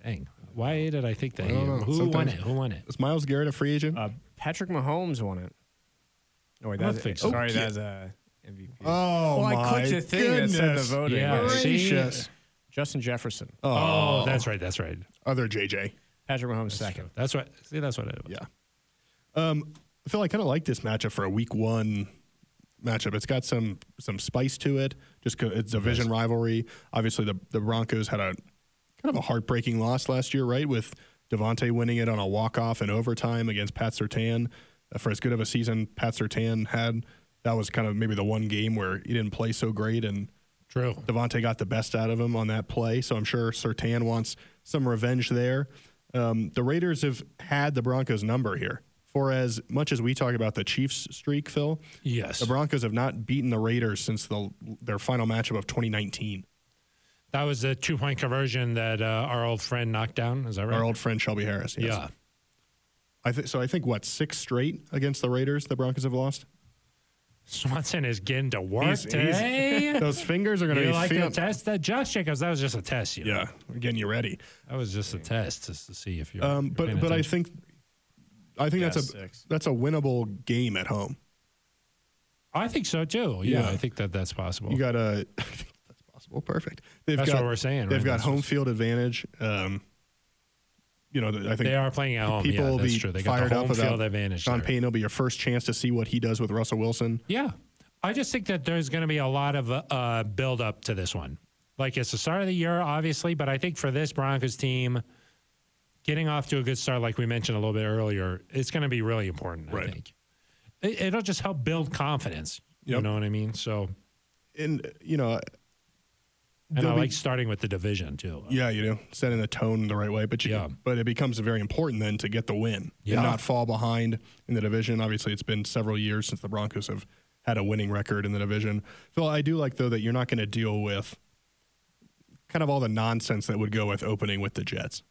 Dang. Why did I think that? I don't know. Who won Sometimes- it? Who won it? Is Miles Garrett a free agent? Uh, Patrick Mahomes won it. No, wait, I don't that's think so. sorry, Oh, yeah. that's uh, a MVP. oh, well, I my clicked the thing goodness. that said the voting. Yeah. Right. Gracious. Justin Jefferson, Oh, that's right. That's right. Other JJ. Patrick Mahomes second. That's what. See, that's what it was. Yeah. Um, I feel I kind of like this matchup for a week one matchup. It's got some some spice to it. Just 'cause it's a division rivalry. Obviously, the the Broncos had a kind of a heartbreaking loss last year, right? With Devontae winning it on a walk off in overtime against Pat Sertan. Uh, For as good of a season Pat Sertan had, that was kind of maybe the one game where he didn't play so great and. True. Devontae got the best out of him on that play, so I'm sure Sertan wants some revenge there. Um, the Raiders have had the Broncos' number here. For as much as we talk about the Chiefs' streak, Phil, Yes. the Broncos have not beaten the Raiders since the, their final matchup of 2019. That was the two point conversion that uh, our old friend knocked down. Is that right? Our old friend Shelby Harris. Yes. Yeah. I thi- so I think what six straight against the Raiders the Broncos have lost. Swanson is getting to work He's- he's- today. Those fingers are going to you be like the feeling. test that Josh Jacobs? That was just a test. You know? yeah, we're getting you ready. That was just a test just to see if you're. Um, you're but paying but I attention. think I think Yeah, that's a six. that's a winnable game at home. I think so too. Yeah, Yeah. I think that that's possible. You got a that's possible. Perfect. They've That's got, what we're saying, They've right? got That's home just- field advantage. Um, you know, th- I think they are playing at home. people yeah, will that's be true. They got fired the home up about field advantage. Sean there. Payton will be your first chance to see what he does with Russell Wilson. Yeah. I just think that there's going to be a lot of uh, build up to this one. Like it's the start of the year, obviously, but I think for this Broncos team, getting off to a good start, like we mentioned a little bit earlier, it's going to be really important. Right. I think it, it'll just help build confidence. You Yep. know what I mean? So, And you know, and They'll I be- like starting with the division too. yeah, you know, setting the tone the right way. But you, Yeah. but it becomes very important then to get the win Yeah. and not fall behind in the division. Obviously, it's been several years since the Broncos have had a winning record in the division. Phil, I do like though that you're not going to deal with kind of all the nonsense that would go with opening with the Jets.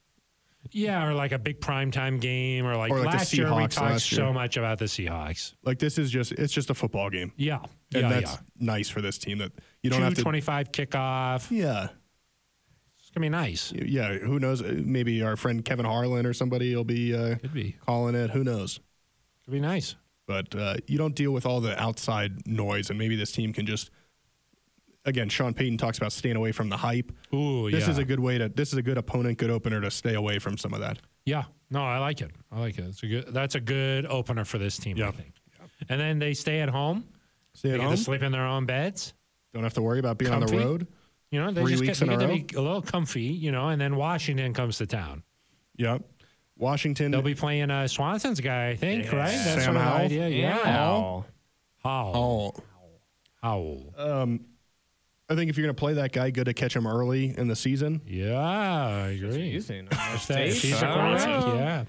Yeah, or like a big primetime game, or like, Or like the last year we Seahawks talked last year. so much about the Seahawks. Like this is just it's just a football game, Yeah, and yeah, that's yeah. nice for this team that you don't Two have to. twenty-five kickoff. Yeah, It's gonna be nice. yeah. Who knows? Maybe our friend Kevin Harlan or somebody will be uh, Could be. calling it. Who knows? Could be nice. but uh, you don't deal with all the outside noise, and maybe this team can just. Again, Sean Payton talks about staying away from the hype. Ooh, This yeah. is a good way to. This is a good opponent, good opener to stay away from some of that. Yeah. No, I like it. I like it. It's a good. That's a good opener for this team. I Yeah. think. And then they stay at home. Stay they at get home. to sleep in their own beds. Don't have to worry about being on Comfy. the road. You know, they Three just weeks get, in they a get row? to be a little comfy. You know, and then Washington comes to town. Yep. Washington. They'll be playing uh, Swanson's guy, I think. Yeah. Right. That's Sam sort of the Howell? idea. Yeah. Wow. Howell. oh, Howell. Uh, I think if you're going to play that guy, good to catch him early in the season. Yeah, I agree. Confusing. If that- if he's a quarterback,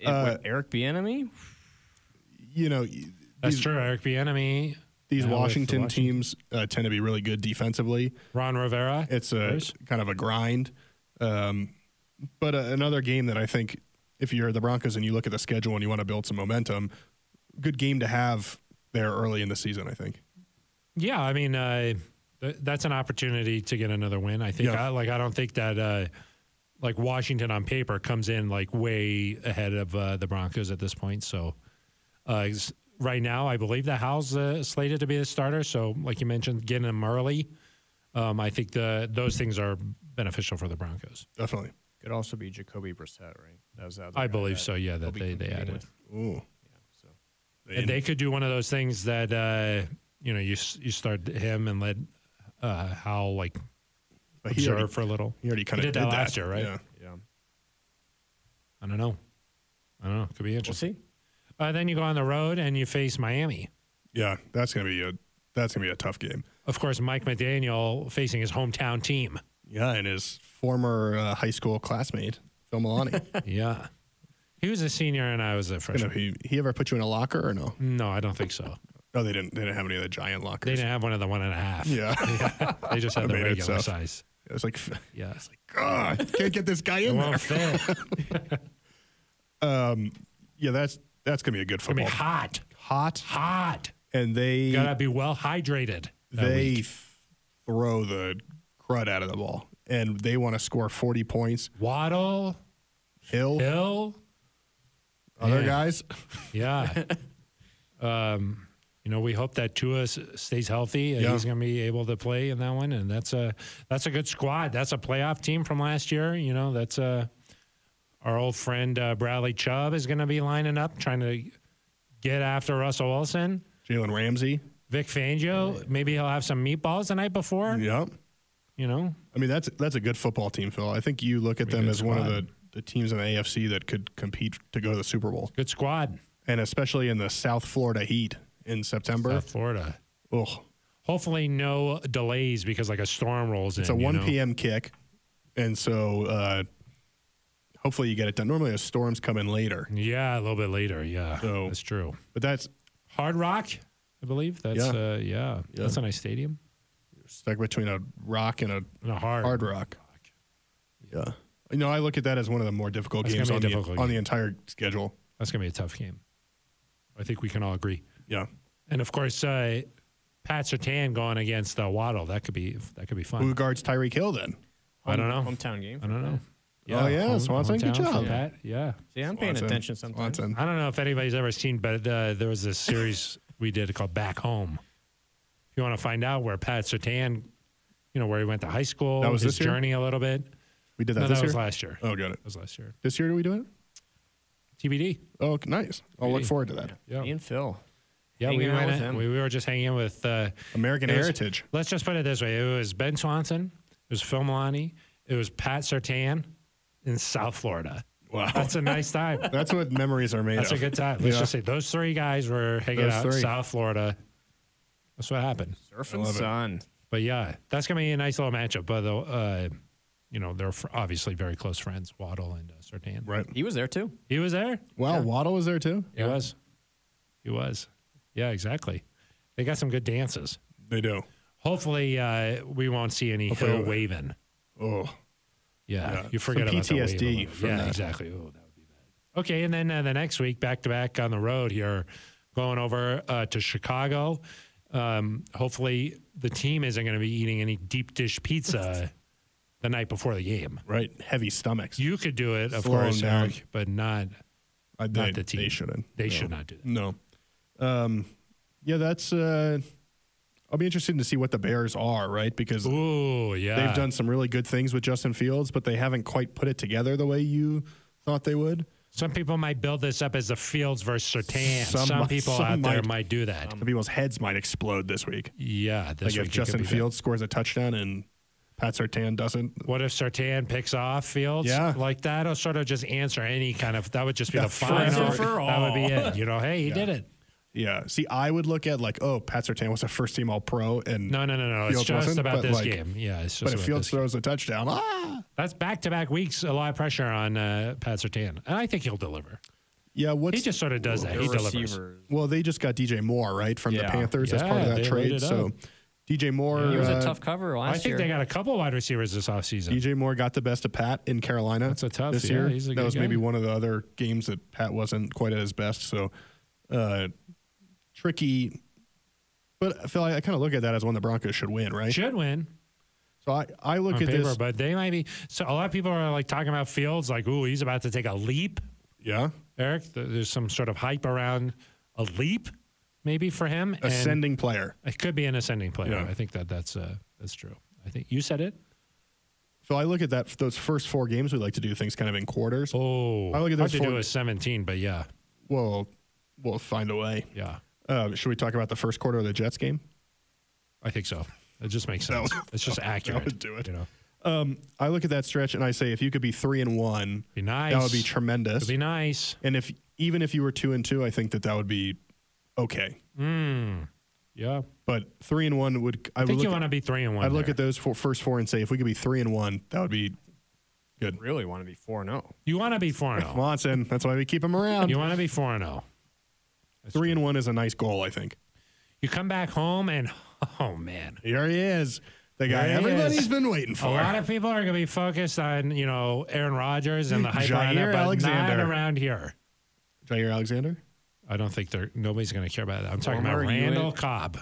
yeah. Uh, Eric Bieniemy. You know, That's these, true. Eric Bieniemy, these Yeah, with Washington, Washington. teams uh, tend to be really good defensively. Ron Rivera. It's a Bruce? kind of a grind. Um, but uh, another game that I think, if you're the Broncos and you look at the schedule and you want to build some momentum, good game to have there early in the season. I think. Yeah, I mean, uh, th- that's an opportunity to get another win. I think. Yeah. I, like, I don't think that uh, like Washington on paper comes in like way ahead of uh, the Broncos at this point. So, uh, s- right now, I believe that Howell's uh, slated to be the starter. So, like you mentioned, getting him early, um, I think the those things are beneficial for the Broncos. Definitely. Could also be Jacoby Brissett, right? That was the other I guy believe that so. Yeah, they'll that be they, they competing added. with. Ooh. So And they could do one of those things that uh, you know you s- you start him and let uh, Howell like But he observe already, for a little. he already kind of did that last year, right? Yeah. yeah, I don't know. I don't know. Could be we'll interesting. see. Uh, then you go on the road and you face Miami. Yeah, that's gonna be a that's gonna be a tough game. Of course, Mike McDaniel facing his hometown team. Yeah, and his former uh, high school classmate Phil Maloney. yeah. He was a senior and I was a you know, freshman. he he ever put you in a locker or no? No, I don't think so. No, they didn't. They didn't have any of the giant They lockers. didn't have one of the one and a half. Yeah, They just had the made it regular tough. size. it was like, Yeah. God, can't get this guy It in there. won't fit. It's Yeah, that's that's gonna be a good going to football. be hot. hot, Hot. and they Got to be well hydrated. that they week. throw the crud out of the ball, and they want to score forty points. Waddle, Hill, Hill. other yeah. guys, Yeah. um, you know, we hope that Tua s- stays healthy. and Yeah. He's going to be able to play in that one, and that's a that's a good squad. That's a playoff team from last year. You know, that's uh our old friend uh, Bradley Chubb is going to be lining up, trying to get after Russell Wilson. Jalen Ramsey. Vic Fangio, maybe he'll have some meatballs the night before. Yep. You know, I mean that's that's a good football team, Phil. I think you look at them good as one of the, squad. the teams in the AFC that could compete to go to the Super Bowl, good squad, and especially in the South Florida heat in September. South Florida. Oh, Hopefully, no delays because like a storm rolls in. It's a you 1 know? p.m. kick, and so uh, hopefully you get it done. Normally, the storms come in later, Yeah, a little bit later. Yeah, So- that's true. but that's Hard Rock, I believe. That's Yeah. uh yeah. That's a nice stadium. stuck between a rock and a And a hard. hard rock. Yeah. You know, I look at that as one of the more difficult That's gonna games be a on, difficult the, on game. the entire schedule. That's gonna be a tough game. I think we can all agree. Yeah. And of course, uh, Pat Sertan going against uh, Waddle. That could be that could be fun. Who guards Tyreek Hill then? I don't know. Hometown game. I don't know. Oh, yeah, Swanson, good hometown for job. Pat. Yeah. See, I'm paying Swanson. attention sometimes. Swanson. I don't know if anybody's ever seen, but uh, there was this series we did called Back Home. If you want to find out where Pat Sertan, you know, where he went to high school, That was his this year? journey a little bit. We did that no, this that was year. last year. That Oh, got it. was last year. This year, do we do it? TBD. Oh, okay, nice. I'll look Yeah. forward to that. Yeah. Me and Phil. Yeah, we Hanging out went. with in- him. We, we were just hanging out with. Uh, American It was- Heritage. let's just put it this way: it was Ben Swanson, it was Phil Maloney, it was Pat Sertan in South Florida. Wow. That's a nice time. That's what memories are made That's a of. good time. Let's Yeah. just say those three guys were hanging Those out in three. South Florida. That's what happened. Surf I and love it. Sun. But yeah, that's gonna be a nice little matchup. But uh, you know, they're fr- obviously very close friends, Waddle and uh, Sertan. Right. He was there too. He was there. Wow, Waddle was there too? He was. He was. Yeah, exactly. They got some good dances. They do. Hopefully, uh, we won't see any Hopefully- hill waving. Oh. Yeah, Yeah, you forget some about the wave PTSD a little bit. from yeah, that. exactly. Oh, that would be bad. Okay, and then uh, the next week, back to back on the road here, going over uh, to Chicago. Um, hopefully, the team isn't going to be eating any deep dish pizza the night before the game. Right. Heavy stomachs. You could do it, of Slow 'em course, down. Eric, but not. I, they, Not the team. They shouldn't. They No. should not do that. No. Um, yeah, that's. Uh, I'll be interested to see what the Bears are, right? Because Ooh, yeah. they've done some really good things with Justin Fields, but they haven't quite put it together the way you thought they would. Some people might build this up as the Fields versus Sertan. Some, Some mi- people some out there might. might do that. Some people's heads might explode this week. yeah, Um, this Like week if it could Justin be bad. Fields scores a touchdown and Pat Sertan doesn't. What if Sertan picks off Fields? Yeah. Like that'll sort of just answer any kind of, that would just be Yeah, the final. forever. That would be it. You know, hey, he did it. Yeah. See, I would look at like, oh, Pat Sertan was a first team All Pro, and No, no, no, no. Fields it's just wasn't, about but, this like- game. Yeah, it's just but if about Fields this game. throws a touchdown, ah. That's back to back weeks, a lot of pressure on uh, Pat Sertan. And I think he'll deliver. Yeah, what's He just sort of does that. He Your delivers. receivers. Well, they just got DJ Moore right from the Yeah. Panthers as part of Yeah, that they trade. loaded So up. DJ Moore, He was uh, a tough cover I last think year. they got a couple wide receivers this offseason. DJ Moore got the best of Pat in Carolina. That's a tough- this yeah, year. he's a that good was maybe guy. one of the other games that Pat wasn't quite at his best. So uh, tricky. But I feel like I kind of look at that as one the Broncos should win, right? Should win So I, I look on at paper, this. but they might be. So a lot of people are like talking about Fields, like, ooh, he's about to take a leap. yeah, Eric, th- there's some sort of hype around a leap, maybe for him. and- ascending player. It could be an ascending player. Yeah. I think that that's uh, that's true. I think you said it. So I look at that those first four games. We like to do things kind of in quarters. Oh, I look at hard those to four- do a 17, but yeah, Well, we'll find a way. yeah, Uh, should we talk about the first quarter of the Jets game? I think so. It just makes That sense. it's just accurate. would do it. You know, Um, I look at that stretch and I say, if you could be three and one, be nice. that would be It'd tremendous. be nice. and if even if you were two and two, I think that that would be okay. Mm. Yeah, But three and one would I, I would think look you want to at, be three and one. I'd look there. at those four, first four and say, if we could be three and one, that would be good. really want to be four and oh. zero. you want to be four and zero. Watson, that's why we keep him around. You want to be four and oh. zero. Three and one is a nice goal, I think. You come back home and oh man, Here he is, the There guy he everybody's is. been waiting a for. lot of people are going to be focused on you know Aaron Rodgers and the hype around Jair that, but Alexander. not around here. Jair Alexander. I don't think they're nobody's going to care about that. I'm talking Homer, about you Randall in? Cobb.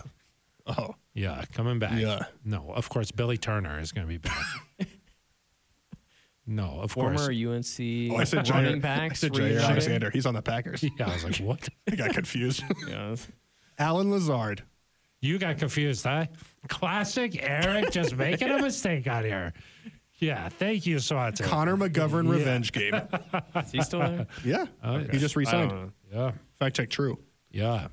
Oh, Yeah, coming back. Yeah. No, of course Billy Turner is going to be back. no, of Former course. UNC oh I said running Jair, backs. I said were you Jair shooting? Alexander. He's on the Packers. Yeah, I was like, what? I got confused. Yeah. Alan Lazard. You got confused, huh? Classic Eric just making a mistake out here. Yeah, thank you, Swanson. Connor McGovern Yeah. revenge game. Is he still there? Yeah. Okay. He just I don't resigned. know. yeah, Fact check true. yeah.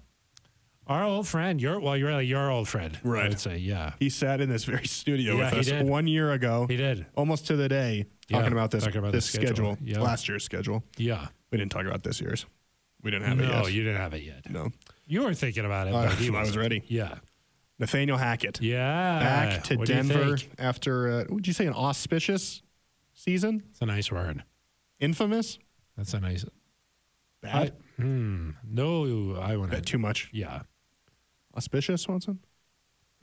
Our old friend, your well, you're really your old friend. I Right. would say, yeah, He sat in this very studio Yeah, with he us did. one year ago, he did. almost to the day, Yeah, talking about this talking about this the schedule. schedule, Yeah. last year's schedule. Yeah. We didn't talk about this year's. We didn't have it No, yet. you didn't have it yet. no. You were thinking about it, I- but he Uh, I was wasn't. ready. Yeah, Nathaniel Hackett yeah. back to What do you Denver think? after uh, would you say an auspicious season? It's a nice word. Infamous? That's a nice. Bad? I- hmm, no, I Bad wouldn't. too much. Yeah. Auspicious, Swanson?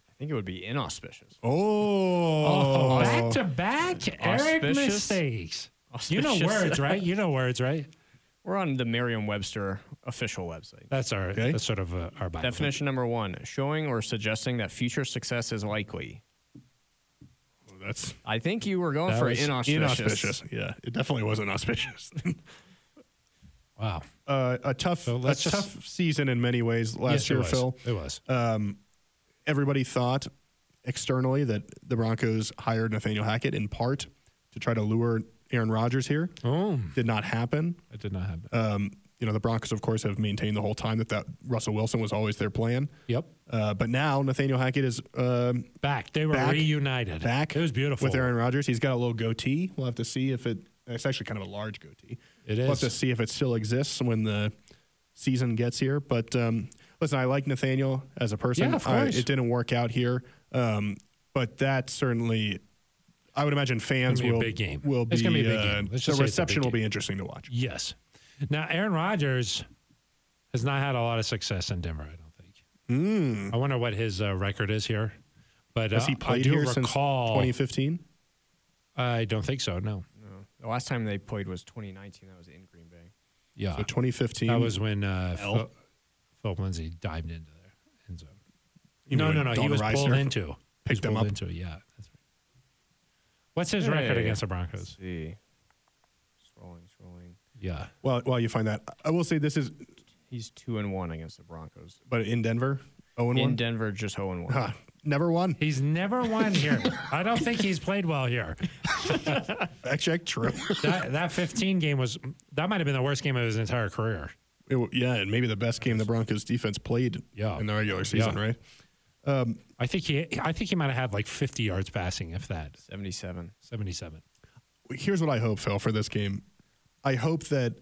I think it would be inauspicious. Oh, back to back, Eric Auspicious? mistakes. You know Auspicious. words, right? You know words, right? We're on the Merriam-Webster official website. That's our Okay. that's sort of uh, our Bible. Definition number one: showing or suggesting that future success is likely. Oh, that's I think you were going That for was inauspicious. inauspicious. Yeah, it definitely wasn't auspicious. Wow. uh, a tough, So a let's just- tough season in many ways last Yes, it year, was. Phil. Uh, It was. everybody thought externally that the Broncos hired Nathaniel Hackett in part to try to lure Aaron Rodgers here. oh, Did not happen. I did not have that. Um, you know, the Broncos, of course, have maintained the whole time that, that Russell Wilson was always their plan. yep. Uh, but now Nathaniel Hackett is um, Back. They were back- reunited. back. It was beautiful. With Aaron Rodgers. He's got a little goatee. We'll have to see if it, it's actually kind of a large goatee. It We'll have to is. see if it still exists when the season gets here. But um, listen, I like Nathaniel as a person. Yeah, of I- course. it didn't work out here, um, but that certainly, I would imagine fans It's gonna be a will big game. will It's be, gonna be a big uh, game. Let's just say the it's a reception big will be interesting to watch. Yes. Now Aaron Rodgers has not had a lot of success in Denver. I don't think. I wonder what his uh, record is here. But uh, Hmm. Has he I played do here since recall. 2015? I don't think so. No. No. The last time they played was 2019. That was in Green Bay. Yeah. So 2015. Ah, that was when uh, L. Phil, Philip Lindsay dived into their end zone. you know, no, when no, no. He Don was pulled Reisner into. He was picked them pulled up. into. it, Yeah. That's right. What's his record Hey. against the Let's Broncos? see. Scrolling, scrolling. Yeah. Well, while you find that, I will say this is, He's two and one against the Broncos. but in Denver, 0 and In 1. Denver, just 0 and 1. Ah, never won. He's never won here. I don't think he's played well here. Fact check, true. That, that 15 game was that might have been the worst game of his entire career. It w- yeah, and maybe the best game the Broncos defense played Yeah. in the regular season, Yeah. right? I think he I think he might have had like 50 yards passing if that. 77. 77. Here's what I hope, Phil, for this game. I hope that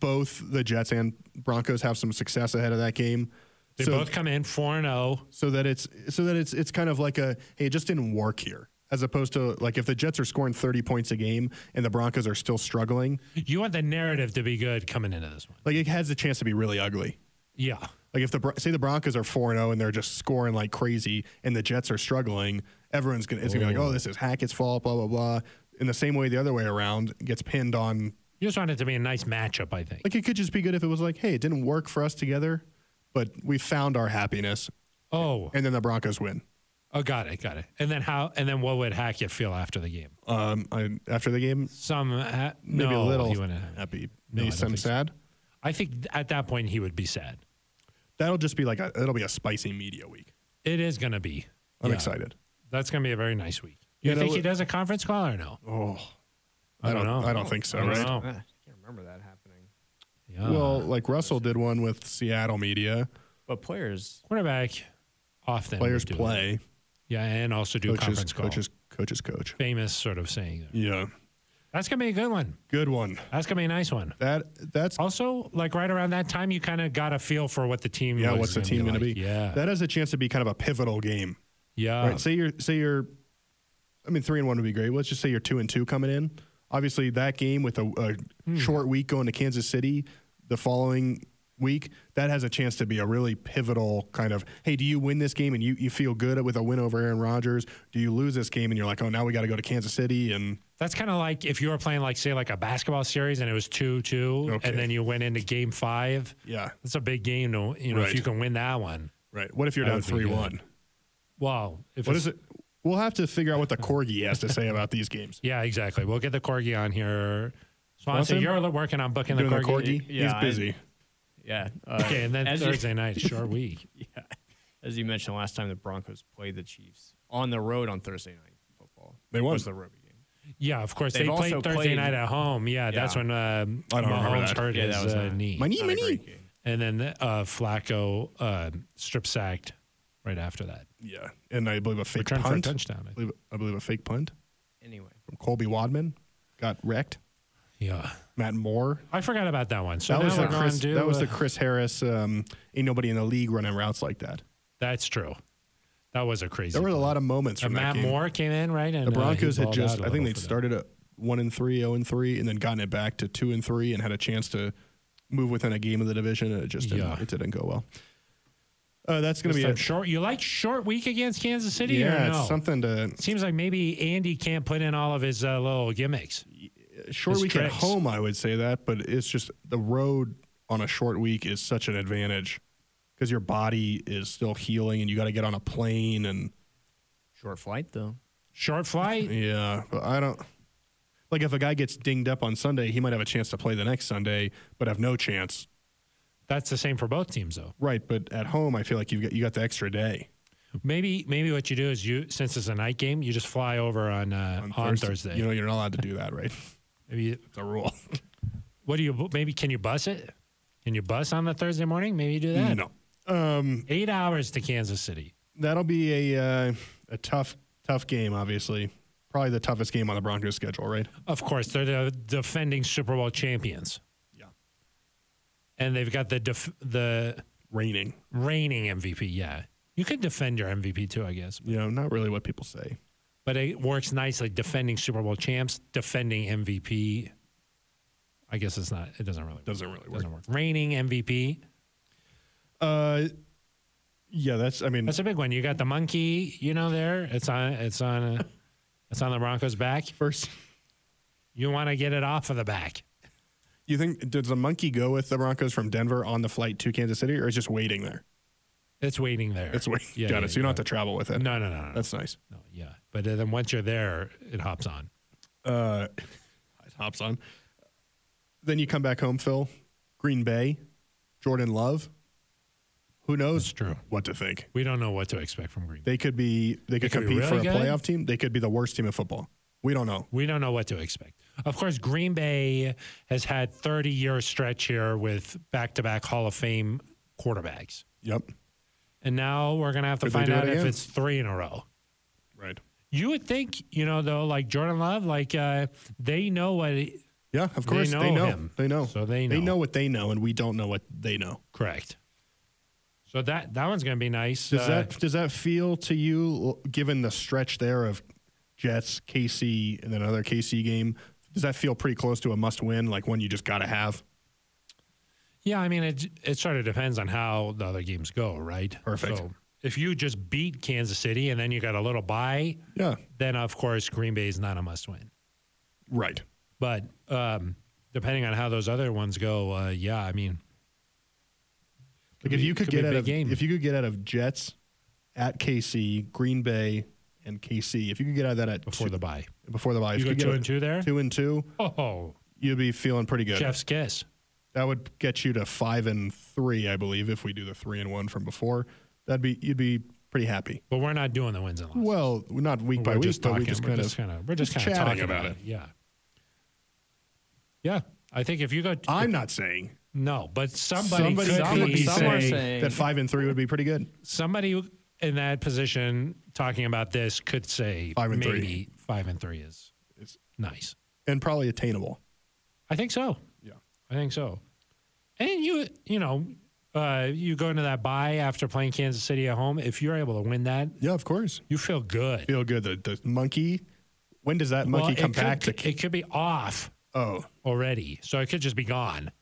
both the Jets and Broncos have some success ahead of that game. They so, both come in 4 and oh. 0. so that it's so that it's it's kind of like a hey, it just didn't work here. As opposed to like if the Jets are scoring 30 points a game and the Broncos are still struggling, You want the narrative to be good coming into this one. like it has the chance to be really ugly. Yeah. Like if the Bro- say the Broncos are 4 0 and they're just scoring like crazy and the Jets are struggling, everyone's going to it's going to be like, "Oh, this is Hackett's fault, blah blah blah." In the same way the other way around gets pinned on You just want it to be a nice matchup, I think. like it could just be good if it was like, "Hey, it didn't work for us together, but we found our happiness." Oh, And then the Broncos win. oh got it, got it. And then how and then what would Hackett feel after the game? Um I, after the game, Some uh, maybe no, a little he wouldn't have. happy, No, I maybe don't some think so. sad. I think at that point he would be sad. That'll just be like a it'll be a spicy media week. It is going to be. I'm Yeah. excited. That's going to be a very nice week. You You know, think he it- does a conference call or no? Oh, I don't know. I don't think so, I don't right? know. Ah. Ah, I can't remember that happening. Yeah. Well, like Russell did one with Seattle media. But players, quarterback often Players would do play. that. Yeah, and also do coaches, conference call. coaches, coaches, coach. Famous sort of saying. There. Yeah, That's gonna be a good one. good one. That's gonna be a nice one. That that's Also, like right around that time, you kind of got a feel for what the team. yeah. was What's the team going to like. be? Yeah, that has a chance to be kind of a pivotal game. yeah. right. Say you're say you're, I mean, three and one would be great. Let's just say you're two and two coming in. Obviously, that game with a, a Hmm. short week going to Kansas City the following week, that has a chance to be a really pivotal kind of. Hey, do you win this game and you you feel good with a win over Aaron Rodgers? Do you lose this game and you're like, oh, now we got to go to Kansas City and That's kind of like if you were playing, like say, like a basketball series, and it was two-two, Okay. and then you went into Game Five. yeah, That's a big game. To you know, if Right. you can win that one. right. What if you're That down would be three good. one? Wow. If What it's- is it? We'll have to figure out what the corgi has to say about these games. Yeah, exactly. We'll get the corgi on here. Swanson, Swanson? you're li- working on booking the Doing the corgi. corgi, Yeah, I- he's busy. yeah. Uh, Okay, and then as you, Thursday night, sure week. yeah, as you mentioned last time, the Broncos played the Chiefs on the road on Thursday night football. They won. was the Ruby game. Yeah, of course. They They've played also Thursday played- night at home. Yeah, that's Yeah. when um, I don't remember Mahomes that. hurt Yeah, his that was uh, not- knee. My knee, Not my a knee. great game. And then uh, Flacco uh, strip sacked right after that. Yeah, and I believe a fake Returned for a punt. touchdown. I I believe, I believe a fake punt Anyway, from Colby Wadman got wrecked. Yeah. Matt Moore. I forgot about that one. So That now was the we're going Chris. to. that was uh, the Chris Harris. Um, ain't nobody in the league running routes like that. that's true. That was a crazy. There were a play. lot of moments And from Matt that game. Moore came in, right? And The uh, he Broncos had balled out just. a I little think they'd for them. started at one and three, zero and three, and then gotten it back to two and three, and had a chance to move within a game of the division. And it just didn't, Yeah. it didn't go well. Uh, that's going to be So it. short. You like short week against Kansas City yeah, or no? it's something to Seems like maybe Andy can't put in all of his uh, little gimmicks. short His week at tricks. home. I would say that, but it's just the road on a short week is such an advantage because your body is still healing, and you got to get on a plane and Short flight though. Short flight. yeah. But I don't like if a guy gets dinged up on Sunday, he might have a chance to play the next Sunday, but have no chance. That's the same for both teams, though. Right, but at home, I feel like you got you got the extra day. Maybe maybe what you do is you since it's a night game, you just fly over on uh, on, Thursday. You know, you're not allowed to do that, right? maybe you- It's a rule. what do you bu- maybe can you bus it? Can you bus on the Thursday morning? Maybe you do that. No. Um, Eight hours to Kansas City. that'll be a uh, a tough tough game. Obviously, probably the toughest game on the Broncos schedule, right? Of course, they're the defending Super Bowl champions. Yeah. And they've got the def- the Raining. reigning MVP. Yeah, you could defend your MVP too, I guess. You know, not really what people say. But it works nicely defending Super Bowl champs, defending MVP. I guess it's not. It doesn't really. Doesn't really Work. work. Doesn't work. Reigning MVP. Uh, yeah, that's. I mean, That's a big one. You got the monkey, you know. There, it's on. It's on. Uh, it's on the Broncos' back. first. You want to get it off of the back. You think does the monkey go with the Broncos from Denver on the flight to Kansas City, or is it just waiting there? It's waiting there. It's waiting. Got it. so you don't have to travel with it. No, no, no, no. That's nice. no yeah, but uh, then once you're there, it hops on. Uh, it hops on. Then you come back home, Phil. Green Bay, Jordan Love. Who knows It's true. what to think? We don't know what to expect from Green Bay. They could be they could could be compete for a really good. playoff team. They could be the worst team in football. We don't know. We don't know what to expect. Of course, Green Bay has had 30 year stretch here with back to back Hall of Fame quarterbacks, Yep. and now we're gonna have to Could they find do it out if again? it's three in a row. Right. You would think, you know, though, like Jordan Love, like uh, they know what. It, Yeah, of course. They know. know They know. him. They know. So they They know. know what they know, and we don't know what they know. Correct. So that that one's going to be nice. Does Uh, that does that feel to you, given the stretch there of Jets, KC, and then another KC game? Does that feel pretty close to a must-win, like one you just got to have? Yeah, I mean it. It sort of depends on how the other games go, right? Perfect. So if you just beat Kansas City and then you got a little bye, Yeah. then of course Green Bay is not a must win. Right. But um, depending on how those other ones go, uh, yeah, I mean, Like Could if be- you could, could be get a out big of game. if you could get out of Jets at KC, Green Bay, and KC, if you could get out of that at before two- the bye, before the bye, if you go could two get and out- two there. two and two, Oh, you'd be feeling pretty good. Jeff's kiss. That would get you to five and three, I believe, if we do the three and one from before. That'd be you'd be pretty happy. But we're not doing the wins and losses. Well, not week by we're week, just but talking. we just we're kind just of. kind of. We're just, just kind of chatting talking about about, it. Yeah. Yeah, I think if you go, I'm not saying no, but Uh, somebody, could somebody be someone saying- saying- that five and three would be pretty good. somebody who- in that position talking about this could say Five and maybe three. five and three is nice. and probably attainable. I think so. Yeah. I think so. And you, you know, uh, you go into that bye after playing Kansas City at home. If you're able to win that, Yeah, of course. you feel good. Feel good. The, the monkey. When does that monkey Well, come it could- back? to, It could be off oh, already, so it could just be gone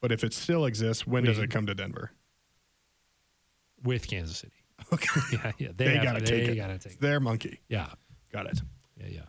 but if it still exists, when does We- it come to Denver? with Kansas City. Okay, Yeah, yeah. They, they, have- gotta they take it. gotta take It's it. their monkey. Yeah, Got it. yeah,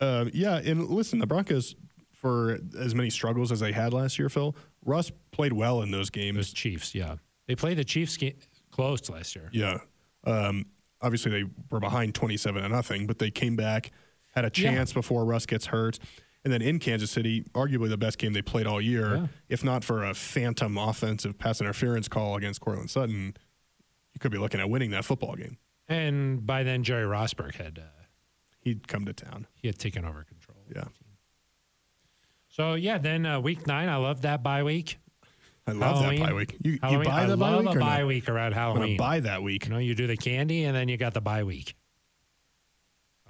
yeah. Um, yeah, and listen, the Broncos, for as many struggles as they had last year, Phil Russ played well in those It was games. Chiefs. Yeah, they played the Chiefs ga- close last year. Yeah. Um, obviously, they were behind twenty-seven to nothing, but they came back, had a Yeah. chance before Russ gets hurt, and then in Kansas City, arguably the best game they played all year, Yeah. if not for a phantom offensive pass interference call against Cortland Sutton. You could be looking at winning that football game. And by then, Jerry Rosberg had uh, He'd come to town. he had taken over control. of the Yeah. team. So yeah, then uh, week nine, I love that bye week. I love Halloween. that bye week. You, you Halloween- buy I the bye love week? a or bye no? week around I'm gonna Halloween. buy that week. you know, you do the candy, and then you got the bye week.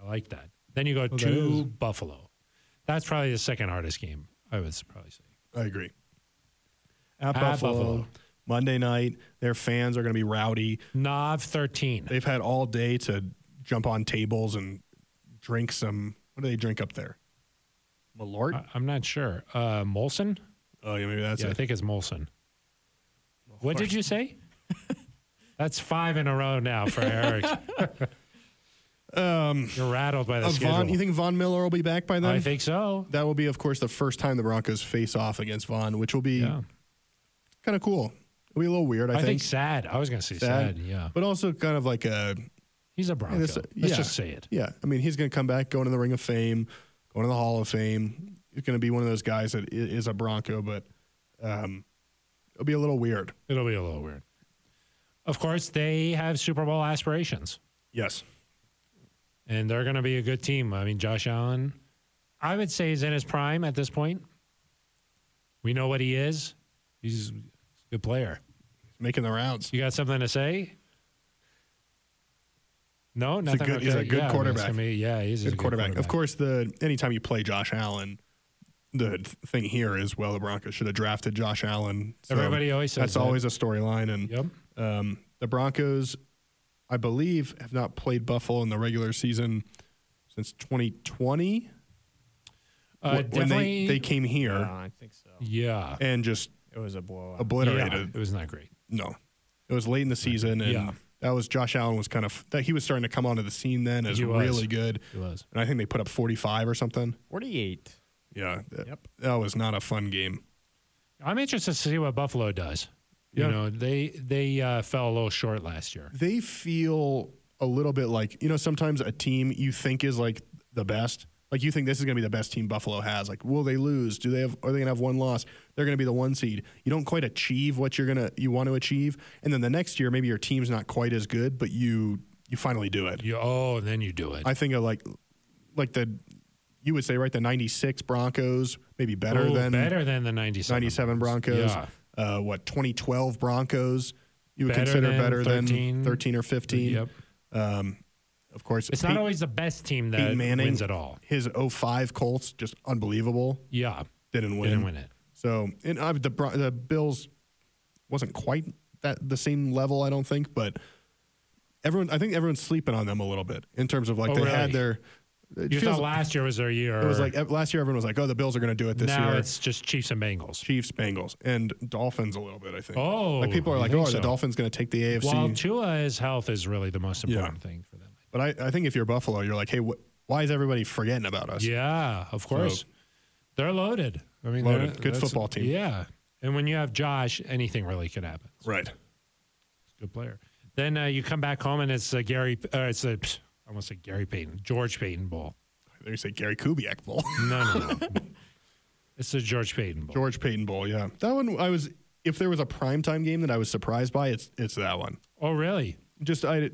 I like that. Then you go Oh, that to is- Buffalo. That's probably the second hardest game. I would s- probably say. I agree. At, At Buffalo, Buffalo. Monday night, their fans are going to be rowdy. Nav thirteen. They've had all day to jump on tables and drink some. What do they drink up there? Malort? I, am not sure. Uh, Molson. oh, yeah, maybe that's Yeah, I it. think it's Molson. What did you say? That's five in a row now for Eric. Um, You're rattled by the Uh, schedule. Von, you think Von Miller will be back by then? I think so. that will be, of course, the first time the Broncos face off against Von, which will be Yeah. kind of cool. It'll be a little weird, I, I, think, sad. I was going to say sad. Sad. Yeah. but also kind of like a He's a Bronco. this- Let's yeah. just say it. yeah. I mean, he's going to come back, going to the Ring of Fame, going to the Hall of Fame. He's going to be one of those guys that i- is a Bronco, but um, it'll be a little weird. It'll be a little weird. Of course, they have Super Bowl aspirations. Yes, and they're going to be a good team. I mean, Josh Allen, I would say, is in his prime at this point. We know what he is. He's a good player. making the rounds. You got something to say? No, a nothing. good- he's okay? a good yeah, I mean, it's quarterback. gonna be- yeah, he's a Good quarterback. Of course, the anytime you play Josh Allen, the th- thing here is well, the Broncos should have drafted Josh Allen. So Everybody always says that's that. always a storyline, and Yep. Um, the Broncos, I believe, have not played Buffalo in the regular season since 2020. Uh, wh- when definitely. they, they came here Uh, I think so. yeah. and just It was a blowout. yeah. obliterated. It was not great. No, it was late in the season, and Yeah. that was Josh Allen was kind of that he was starting to come onto the scene then as He was. really good, It was. and I think they put up 45 or something. 48. Yeah, that, Yep. that was not a fun game. I'm interested to see what Buffalo does. You Yeah. know, they they uh, fell a little short last year. They feel a little bit like you know sometimes a team you think is like the best. Like you think this is going to be the best team Buffalo has. Like, will they lose? Do they have? Are they going to have one loss? They're going to be the one seed. You don't quite achieve what you're gonna you want to achieve, and then the next year maybe your team's not quite as good, but you you finally do it. You oh, and then you do it. I think of like like the you would say right the '96 Broncos maybe better Ooh, than better than the 97 '97 Broncos. Yeah. Uh, what 2012 Broncos you would Better consider than better 13. than 13 or 15. Yep. Of course, It's Pey- not always the best team that Peyton Manning wins at all. His 05 Colts just unbelievable. Yeah. Didn't win. Didn't win it. So and i the Bron- the Bills wasn't quite that the same level, I don't think, but everyone I think everyone's sleeping on them a little bit in terms of like Oh, they really? had their. It, You feels- thought last year was their year. it was like ev- last year everyone was like, oh, the Bills are going to do it this now year. it's just Chiefs and Bengals. Chiefs, Bengals, and Dolphins a little bit. I think. Oh, like people are you like, oh, think are so? the Dolphins going to take the AFC? While Tua's health is really the most important thing for them. but I, I think if you're Buffalo, you're like, hey, wh- why is everybody forgetting about us? Yeah, of course. they're loaded. I mean, Loaded. they're- Good that's- football team. Yeah. And when you have Josh, anything really could happen. Right. Good player. Then uh, you come back home and it's uh, Gary, uh, it's a, psh, I almost said Gary Payton, George Payton Bowl. They say Gary Kubiak Bowl. No, no, no. it's the George Payton Bowl. George Payton Bowl, yeah. That one I was if there was a primetime game that I was surprised by, it's it's that one. Oh, really? Just I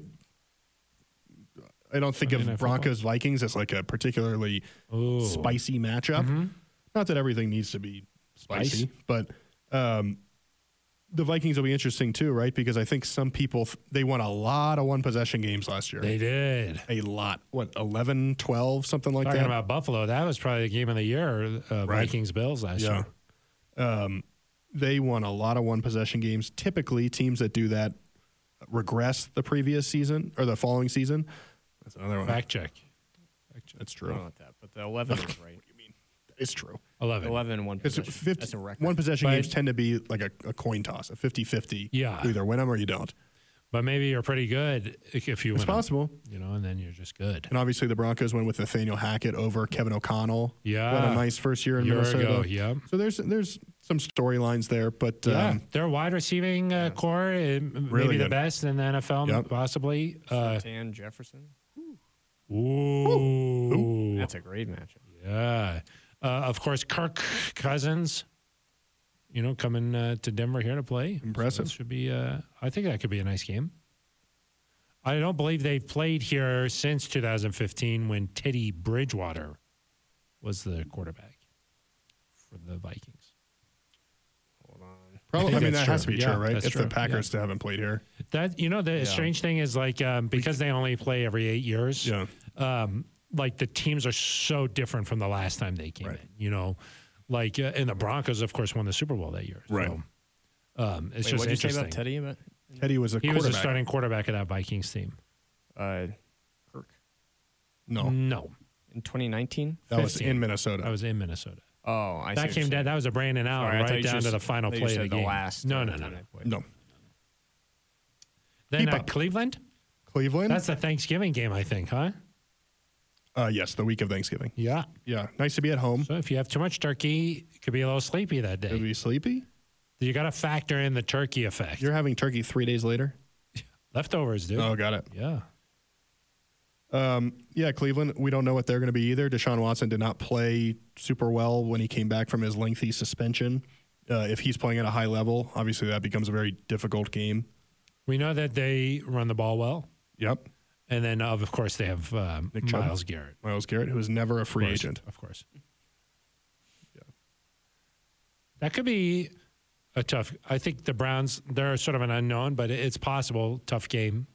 I don't think Sunday Night of Broncos Vikings as like a particularly Ooh. spicy matchup. Mm-hmm. Not that everything needs to be spicy, Spice. but um the Vikings will be interesting too, right? Because I think some people th- they won a lot of one possession games last year. They did. a lot. What, 11, 12, something like Talking that? about Buffalo, that was probably the game of the year, uh, Right. Vikings Bills last Yeah. year. Um, they won a lot of one possession games. Typically, teams that do that regress the previous season or the following season. That's another one. Fact check. That's true. Something like that. But the 11 was right. It's true. Eleven. 11 one It's possession. 50 That's a record. One possession But- games tend to be like a, a coin toss, a 50 50. Yeah. You either win them or you don't. But maybe you're pretty good if if you It's win 'em, possible. you know, and then you're just good. And obviously, the Broncos went with Nathaniel Hackett over Kevin O'Connell. Yeah. What a nice first year in Year Minnesota. ago, yeah. So there's there's some storylines there, but Yeah, um, their wide receiving uh, core, uh, m- maybe Really the good. best in the NFL, Yep. possibly. Uh, Tan Jefferson. ooh, That's a great matchup. yeah. Uh, of course, Kirk Cousins, you know, coming uh, to Denver here to play. So Impressive. this should be. Uh, I think that could be a nice game. I don't believe they've played here since 2015 when Teddy Bridgewater was the quarterback for the Vikings. Hold on. probably, think I, mean, that's that has to true. be Yeah, true, right? that's If true. the Packers haven't played here. That you know the strange thing is like um, because they only play every eight years. Yeah. um, like the teams are so different from the last time they came Right. in. You know, like uh, and the Broncos, of course, won the Super Bowl that year. Right. So, um, it's Wait, just what did you say interesting. about Teddy? About, Teddy was a he was quarterback. the starting quarterback of that Vikings team. uh, Kirk. no. No, In 2019? That was 15. in Minnesota. I Mm, was in Minnesota. Oh, I see that what you're came down. saying. That was a Brandon Allen Sorry, I thought right you down just- to the final I thought you play of said the game. last no, time no, no, they no. played. no. Then Keep uh, up. Cleveland? Cleveland? That's the Thanksgiving game, I think, huh? uh, yes, the week of Thanksgiving. Yeah. Yeah, nice to be at home. So if you have too much turkey, you could be a little sleepy that Would day. be sleepy? You got to factor in the turkey effect. You're having turkey three days later? Leftovers, dude. Oh, got it. Yeah. Um, Yeah, Cleveland, we don't know what they're going to be either. Deshaun Watson did not play super well when he came back from his lengthy suspension. Uh, if he's playing at a high level, obviously that becomes a very difficult game. We know that they run the ball well. Yep. And then, of of course, they have um, Nick Chubb. Miles Garrett. Miles Garrett, who is never a free Of course, agent. Of course. That could be a tough. I think the Browns, they're sort of an unknown, but it's possible tough game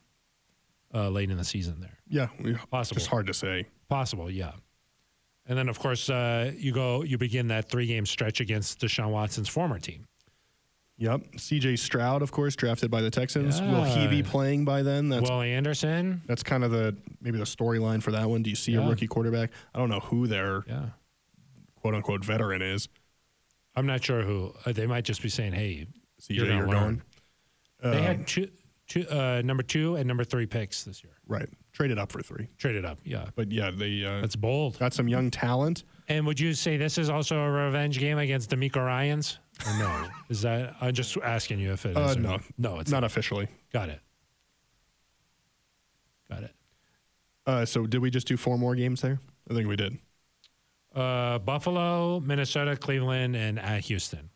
uh, late in the season there. Yeah, we, Possible. It's hard to say. Possible, yeah. And then, of course, uh, you go, you begin that three game stretch against Deshaun Watson's former team. Yep. CJ Stroud, of course, drafted by the Texans. Will he be Yeah. playing by then? That's Willie Anderson. that's kind of the maybe the storyline for that one. Do you see a Yeah. rookie quarterback? I don't know who their Yeah. quote unquote veteran is. I'm not sure who. Uh, they might just be saying, hey, CJ, You're you're, gonna going. Uh, learn. they had two, two, uh, number two and number three picks this year. Right. Traded up for three. Traded up, yeah. But yeah, they uh, That's bold. got some young talent. And would you say this is also a revenge game against D'Amico Ryans? Or no? is that I'm just asking you if it is. Uh, or no. no, it's Not officially. Got it. Got it. Uh, so did we just do four more games there? I think we did. Uh, Buffalo, Minnesota, Cleveland, and at Houston.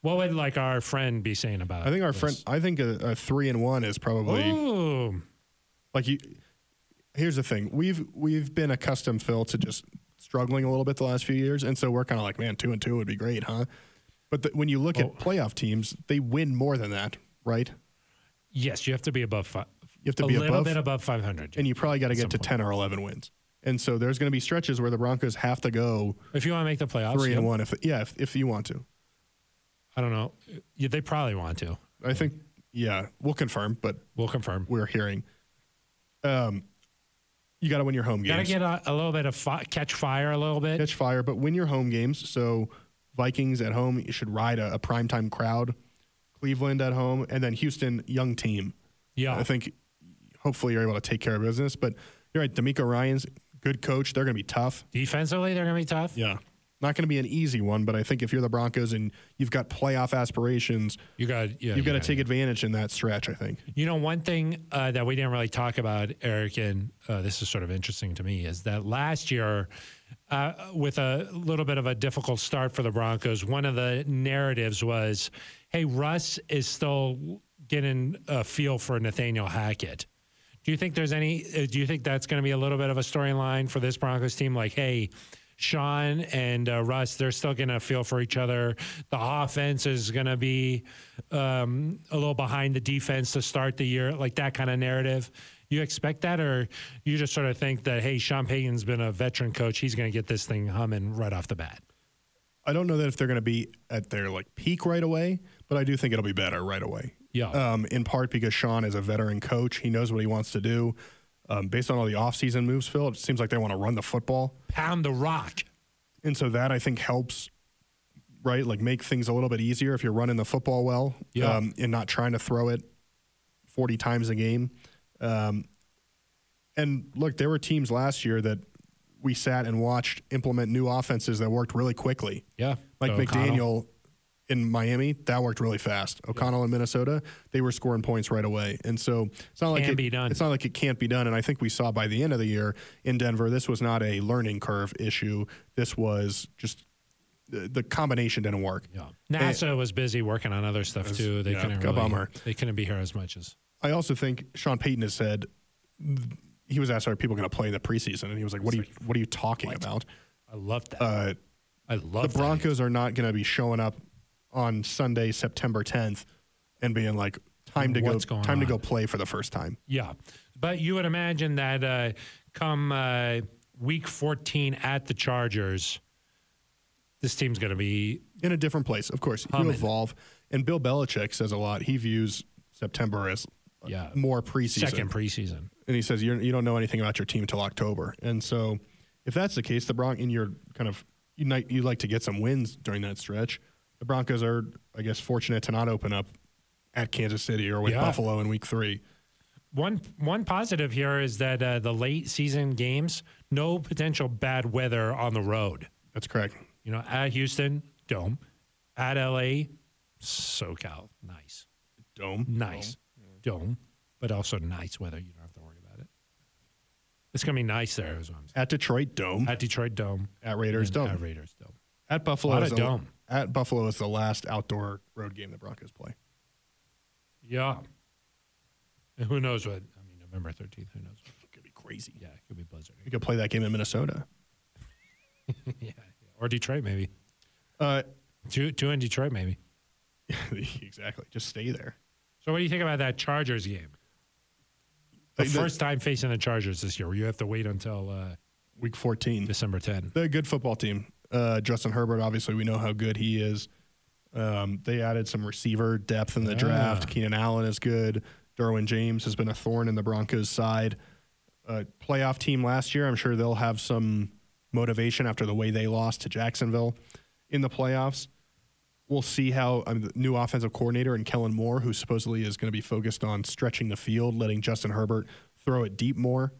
What would like our friend be saying about? I think our this? friend. I think a, a three and one is probably Oh. Ooh, like you. Here's the thing. We've we've been accustomed, Phil, to just struggling a little bit the last few years, and so we're kind of like, man, two and two would be great, huh? But the, when you look at playoff teams, they win more than that, right? yes, you have to be above five. You have to a be little above- bit above five hundred. And you probably got to get to ten or eleven wins. And so there's going to be stretches where the Broncos have to go if you want to make the playoffs, three yeah. and one. If yeah, if, if you want to, I don't know. Yeah, they probably want to. I think yeah, we'll confirm, but We'll confirm. we're hearing. Um, you got to win your home Got to games. get a, a little bit of fi- catch fire a little bit. catch fire, but win your home games. So Vikings at home, you should ride a, a primetime crowd. Cleveland at home, and then Houston, young team. yeah, I think hopefully you're able to take care of business. But you're right, D'Amico Ryan's good coach. They're going to be tough. defensively they're gonna be tough. Yeah. Not going to be an easy one, but I think if you're the Broncos and you've got playoff aspirations, You got yeah, you've got to yeah. take advantage in that stretch, I think. You know, one thing uh, that we didn't really talk about, Eric, and uh, this is sort of interesting to me, is that last year, uh, with a little bit of a difficult start for the Broncos, one of the narratives was, "Hey, Russ is still getting a feel for Nathaniel Hackett." Do you think there's any? Uh, do you think that's going to be a little bit of a storyline for this Broncos team? Like, hey. Sean and uh, Russ, they're still going to feel for each other. The offense is going to be um, a little behind the defense to start the year, like that kind of narrative. You expect that, or you just sort of think that, hey, Sean Payton's been a veteran coach. He's going to get this thing humming right off the bat. I don't know that if they're going to be at their like peak right away, but I do think it'll be better right away. Yeah. Um, in part because Sean is a veteran coach, he knows what he wants to do. Um, based on all the offseason moves, Phil, it seems like they want to run the football, Pound the rock. and so that I think helps, right? Like make things a little bit easier if you're running the football well, um, Yeah. and not trying to throw it forty times a game. Um, and look, there were teams last year that we sat and watched implement new offenses that worked really quickly. Yeah. Like O'Connell. McDaniel in Miami, that worked really fast. O'Connell in Minnesota, they were scoring points right away, and so it's not like Can it, be done. It's not like it can't be done. And I think we saw by the end of the year in Denver, this was not a learning curve issue. This was just the, the combination didn't work. Yeah. NASA was busy working on other stuff too. They yeah, couldn't a really, bummer. They couldn't be here as much as. I also think Sean Payton has said he was asked, "Are people going to play in the preseason?" And he was like, "What are you What are you talking about?" I love that. Uh, I love the Broncos are not going to be showing up on Sunday, September 10th, and being like, "Time to What's go, going time to on? go play for the first time." Yeah, but you would imagine that uh, come uh, week 14 at the Chargers, this team's going to be in a different place. Of course, you Humming. evolve. And Bill Belichick says a lot. He views September as Yeah. more preseason. second preseason. and he says You're, you don't know anything about your team until October. And so, if that's the case, the Bron and you're kind of you might you like to get some wins during that stretch. The Broncos are, I guess, fortunate to not open up at Kansas City or with Yeah. Buffalo in week three. One one positive here is that uh, the late season games, no potential bad weather on the road. That's correct. You know, at Houston, dome, at LA, SoCal, nice, Dome. nice, dome, but also nice weather. You don't have to worry about it. It's gonna be nice there, is what I'm saying. At Detroit, Dome. At, At Detroit Dome, Raiders, and Dome. at Raiders Dome. At Buffalo, Lot is of the- dome. At Buffalo is the last outdoor road game the Broncos play. Yeah. Um, And who knows what? I mean, November thirteenth. Who knows? What, Could be crazy. yeah, it could be blizzarding. You could play that game in Minnesota. yeah, or Detroit maybe. Uh, Two two in Detroit maybe. exactly. Just stay there. So what do you think about that Chargers game? The Like the- first time facing the Chargers this year, where you have to wait until uh, Week 14. December 10. They're a good football team. Uh, Justin Herbert, obviously, we know how good he is. Um, they added some receiver depth in the draft. Ah. Keenan Allen is good. Derwin James has been a thorn in the Broncos' side. Uh, playoff team last year. I'm sure they'll have some motivation after the way they lost to Jacksonville in the playoffs. We'll see how I mean, the new offensive coordinator and Kellen Moore, who supposedly is going to be focused on stretching the field, letting Justin Herbert throw it deep more.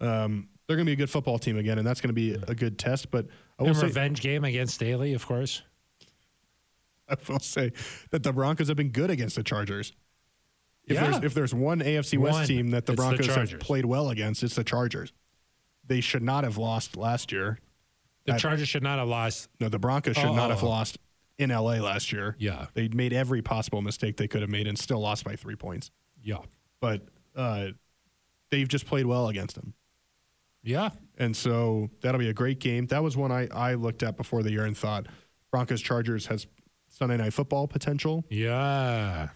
Um, they're going to be a good football team again, and that's going to be a good test. But I will And say, revenge game against Daly, of course. I will say that the Broncos have been good against the Chargers. If, Yeah. there's, if there's one AFC West One. team that the It's the Broncos have Chargers. played well against, it's the Chargers. They should not have lost last year. The I- Chargers should not have lost. No, the Broncos should Oh, not oh, have oh. lost in LA last year. Yeah. They made every possible mistake they could have made and still lost by three points. Yeah. But uh, they've just played well against them. Yeah. And so that'll be a great game. That was one I, I looked at before the year and thought Broncos Chargers has Sunday night football potential, Yeah.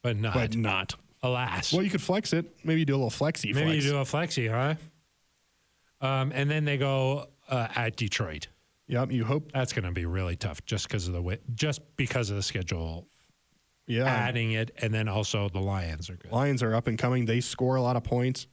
But not. but not. alas. Well, you could flex it. Maybe you do a little flexy Maybe flex. you do a flexi, huh? Um, and then they go uh, at Detroit. Yep, you hope. That's going to be really tough just because of the way, just because of the schedule, Yeah. adding it, and then also the Lions are good. Lions are up and coming. They score a lot of points.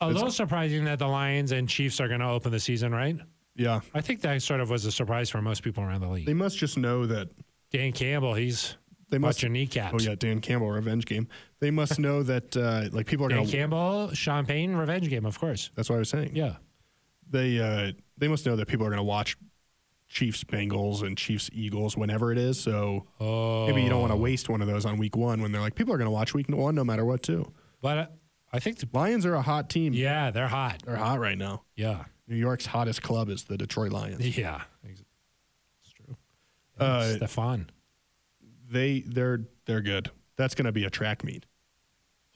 A little surprising that the Lions and Chiefs are going to open the season, right? Yeah. I think that sort of was a surprise for most people around the league. They must just know that Dan Campbell, he's they must watching kneecaps. Oh yeah, Dan Campbell revenge game. They must know that uh, like people are Dan going to Campbell, Champagne, revenge game, of course. That's what I was saying. Yeah. They uh, they must know that people are going to watch Chiefs Bengals and Chiefs Eagles whenever it is. So Oh, maybe you don't want to waste one of those on week 1 when they're like people are going to watch week 1 no matter what too. but uh, I think the, Lions are a hot team. yeah, they're hot. They're hot right now. Yeah, New York's hottest club is the Detroit Lions. yeah, Ex- it's true. Uh, Stefan. They they're they're good. That's going to be a track meet.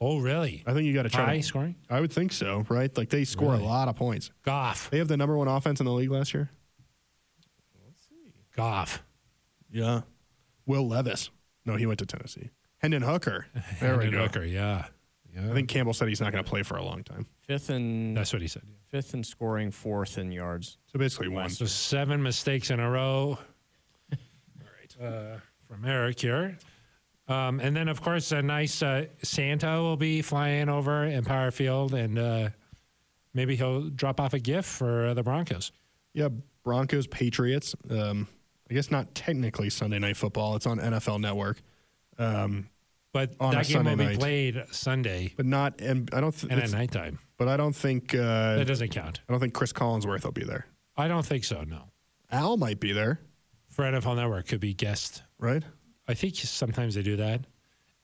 Oh, really? I think you got to try. High To, scoring. I would think so, right? Like they score Really? a lot of points. Goff. They have the number one offense in the league last year. Goff. Yeah. Will Levis. No, he went to Tennessee. Hendon Hooker. There we Hendon go. Hooker. Yeah. Yeah. I think Campbell said he's not going to play for a long time. Fifth in that's what he said. yeah. fifth in scoring, fourth in yards. So basically, one. So seven mistakes in a row. Uh, from Eric here. Um, and then, of course, a nice uh, Santa will be flying over in Power Field, and uh, maybe he'll drop off a gift for uh, the Broncos. Yeah, Broncos Patriots. Um, I guess not technically Sunday Night Football. It's on NFL Network, But On a that game Sunday will be night. played Sunday but not. And I don't. Th- and at it's- nighttime. but I don't think. Uh, That doesn't count. I don't think Chris Collinsworth will be there. I don't think so. No, Al might be there, for NFL Network could be guest. right? I think sometimes they do that.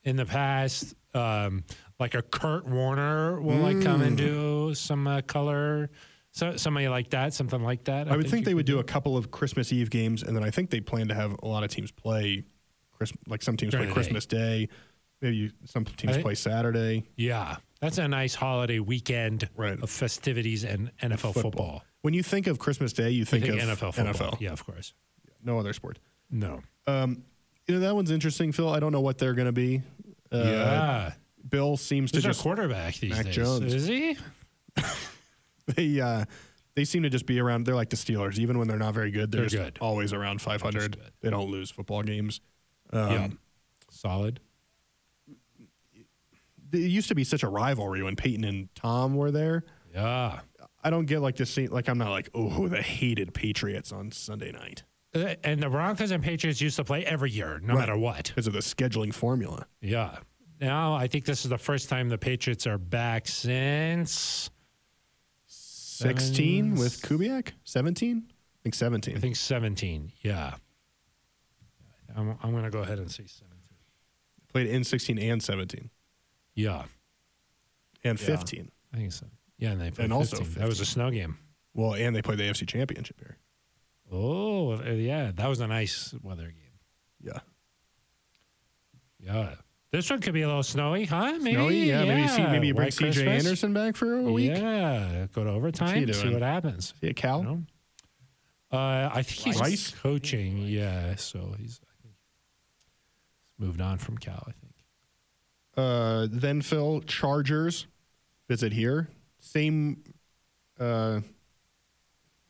In the past, um, like a Kurt Warner will like come and Mm. do some uh, color, so somebody like that, something like that. I would think you they could would do a couple of Christmas Eve games, and then I think they plan to have a lot of teams play, Christ- like some teams During play the day. Christmas Day, maybe you- some teams I- play Saturday. Yeah, that's a nice holiday weekend Right. of festivities and NFL football. When you think of Christmas Day, you I think, think of NFL football. Yeah, of course. no other sport. No. You know that one's interesting, Phil. I don't know what they're going to be. Uh, yeah. Bill seems to Who's our just quarterback these Mac days? Jones. Is he? they uh, they seem to just be around. They're like the Steelers, even when they're not very good. They're, They're just good. always around 500. good. They don't lose football games. Um, yeah. Solid. It used to be such a rivalry when Peyton and Tom were there. Yeah. I don't get like this scene. Like I'm not like oh they hated Patriots on Sunday night. Uh, and the Broncos and Patriots used to play every year, no matter what. because of the scheduling formula. Yeah. Now I think this is the first time the Patriots are back since 16 Seven- with Kubiak? 17? I think 17. I think 17. Yeah. I'm, I'm going to go ahead and say 17. Played in 16 and 17 Yeah. and Yeah. 15. I think so. Yeah, and they played And also 15. that was a 15. snow game. Well, and they played the AFC Championship here. Oh, uh, yeah, that was a nice weather game. Yeah. Yeah. This one could be a little snowy, huh? Maybe. Snowy, yeah, Maybe you, see, maybe you bring White CJ Christmas. Anderson back for a week. Yeah, go to overtime, see doing? what happens. See a cow. You know? Uh, I think he's Oh. Rice? coaching. Yeah, so he's I think he's moved on from Cal. I think. Uh, then Phil Chargers visit here. Same. Uh,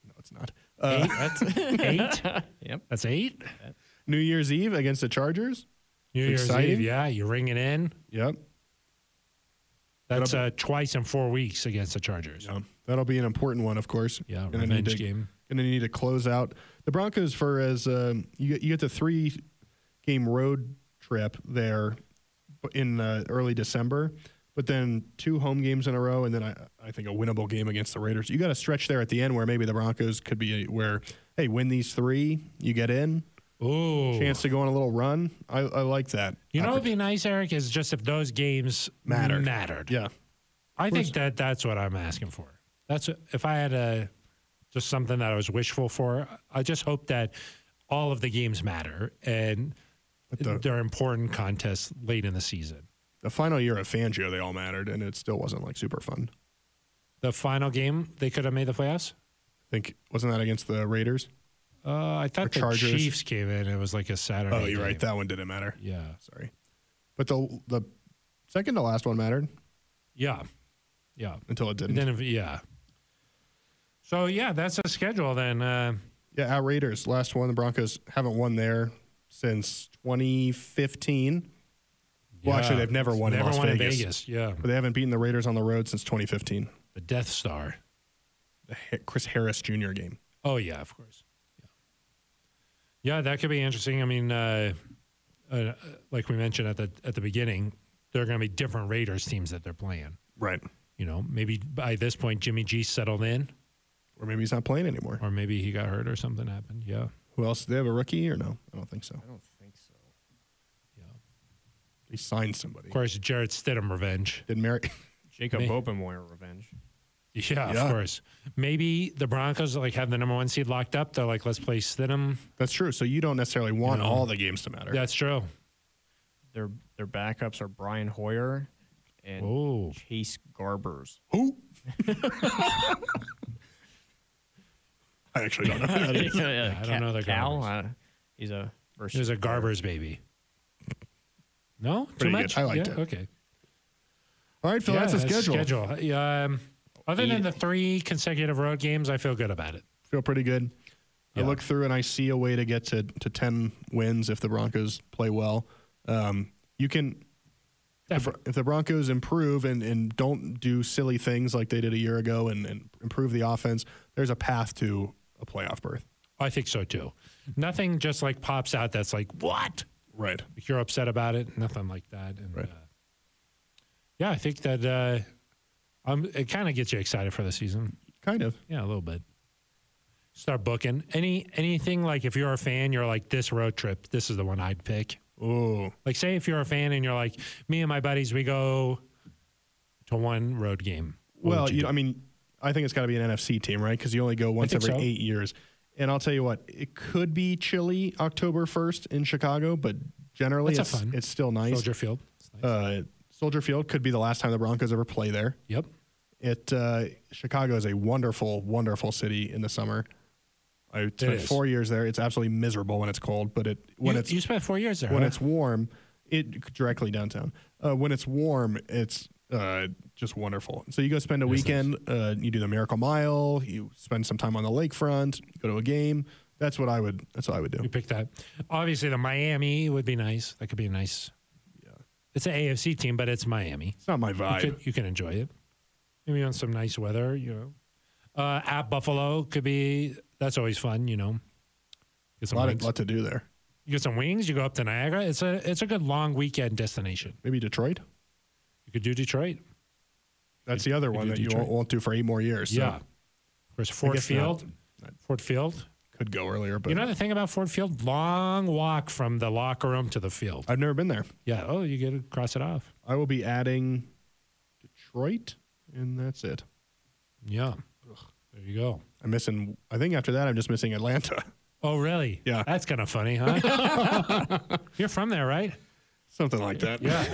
no, it's not. Uh, Eight. That's eight. Yep. That's eight. New Year's Eve against the Chargers. New Year's Exciting. Eve. Yeah, you're ringing in. Yep. That's uh, twice in four weeks against the Chargers. Yeah. That'll be an important one, of course. Yeah, Gonna need revenge to- game. Gonna need to close out the Broncos for as um, you get- you get the three game road trip there in uh, early December, but then two home games in a row, and then I I think a winnable game against the Raiders. You got a stretch there at the end where maybe the Broncos could be where hey win these three, you get in Ooh. chance to go on a little run. I, I like that. You know what would Oppor- be nice, Eric, is just if those games Mattered. Mattered. yeah. I think that that's what I'm asking for. That's if I had a just something that I was wishful for. I just hope that all of the games matter and the- they're important contests late in the season. The final year of Fangio, they all mattered, and it still wasn't like super fun. The final game, they could have made the playoffs. I think wasn't that against the Raiders? Uh, I thought Or the Chargers. Chiefs came in. It was like a Saturday. Oh, you're right. game. That one didn't matter. yeah, Sorry. But the the second to last one mattered yeah, yeah. until it didn't. And then if, yeah. So yeah, that's the schedule then. Uh, yeah, at Raiders, last one. The Broncos haven't won there since 2015. Well, actually, yeah. they've never won Never in Las won Vegas, in Vegas. Yeah, But they haven't beaten the Raiders on the road since 2015. the Death Star. The Ha- Chris Harris Jr. game. Oh yeah, of course. Yeah, yeah, that could be interesting. I mean, uh, uh, like we mentioned at the at the beginning, there are going to be different Raiders teams that they're playing. Right. You know, maybe by this point Jimmy G settled in, Or maybe he's not playing anymore. or maybe he got hurt or something happened. Yeah, Who else? Do they have a rookie or no? I don't think so. I don't think so. yeah. They signed somebody. Of course, Jared Stidham revenge. Did Mary? Jacob Me- Open wanted revenge. Yeah, Yeah. of course. Maybe the Broncos like have the number one seed locked up. They're like, let's play Stidham. That's true. So you don't necessarily want No. all the games to matter. That's true. Their their backups are Brian Hoyer and Oh, Chase Garbers. Who? I actually don't know. who that is. I don't know the Cal. Garbers. uh, he's a It was versus a Garber's baby. No, too Pretty good. much. I liked Yeah? it. Okay. All right, Phil, that's a schedule. schedule. Yeah, Um, other than the three consecutive road games, I feel good about it. Feel pretty good. I Yeah. look through and I see a way to get to, to 10 wins if the Broncos play well. Um, you can, if, Definitely. if the Broncos improve and, and don't do silly things like they did a year ago and, and improve the offense, there's a path to a playoff berth. I think so too. Nothing just like pops out that's like, what? Right. Like you're upset about it. Nothing like that. And Right. uh, yeah, I think that uh, I'm, it kind of gets you excited for the season. Kind of. Yeah, a little bit. Start booking any anything like if you're a fan, you're like this road trip. This is the one I'd pick. Oh, Like, say if you're a fan and you're like, me and my buddies, we go to one road game. What Well, would you do? I mean, I think it's got to be an NFC team, right? Because you only go once think every so. eight years. And I'll tell you what, it could be chilly October 1st in Chicago, but generally That's a it's, fun- it's still nice. Soldier Field. It's nice. Uh, Soldier Field could be the last time the Broncos ever play there. yep. It uh, Chicago is a wonderful, wonderful city in the summer. I spent is. four years there. It's absolutely miserable when it's cold, but it when you, it's you spent four years there. when huh? it's warm, it directly downtown. Uh, when it's warm, it's uh, just wonderful. So you go spend a weekend. Uh, you do the Miracle Mile. You spend some time on the lakefront. you Go to a game. That's what I would. That's what I would do. you picked that. Obviously, the Miami would be nice. That could be a nice. It's an AFC team, but it's Miami. It's not my You, vibe. could, you can enjoy it. Maybe on some nice weather, you know. Uh, at Buffalo could be that's always fun, you know, Get A some lot, wings. of, lot to do there. you get some wings. You go up to Niagara. It's a it's a good long weekend destination. Maybe Detroit. You could do Detroit. That's the other could one do that you Detroit. won't, won't do for eight more years. So Yeah. Of course, Fort guess not. Field. Fort Field. could go earlier, but you know the thing about Fort Field? Long walk from the locker room to the field. I've never been there. Yeah. Oh, you get to cross it off. I will be adding Detroit, and that's it. Yeah. There you go. I'm missing. I think after that, I'm just missing Atlanta. Oh, really? Yeah. That's kind of funny, huh? You're from there, right? Something like that. Yeah.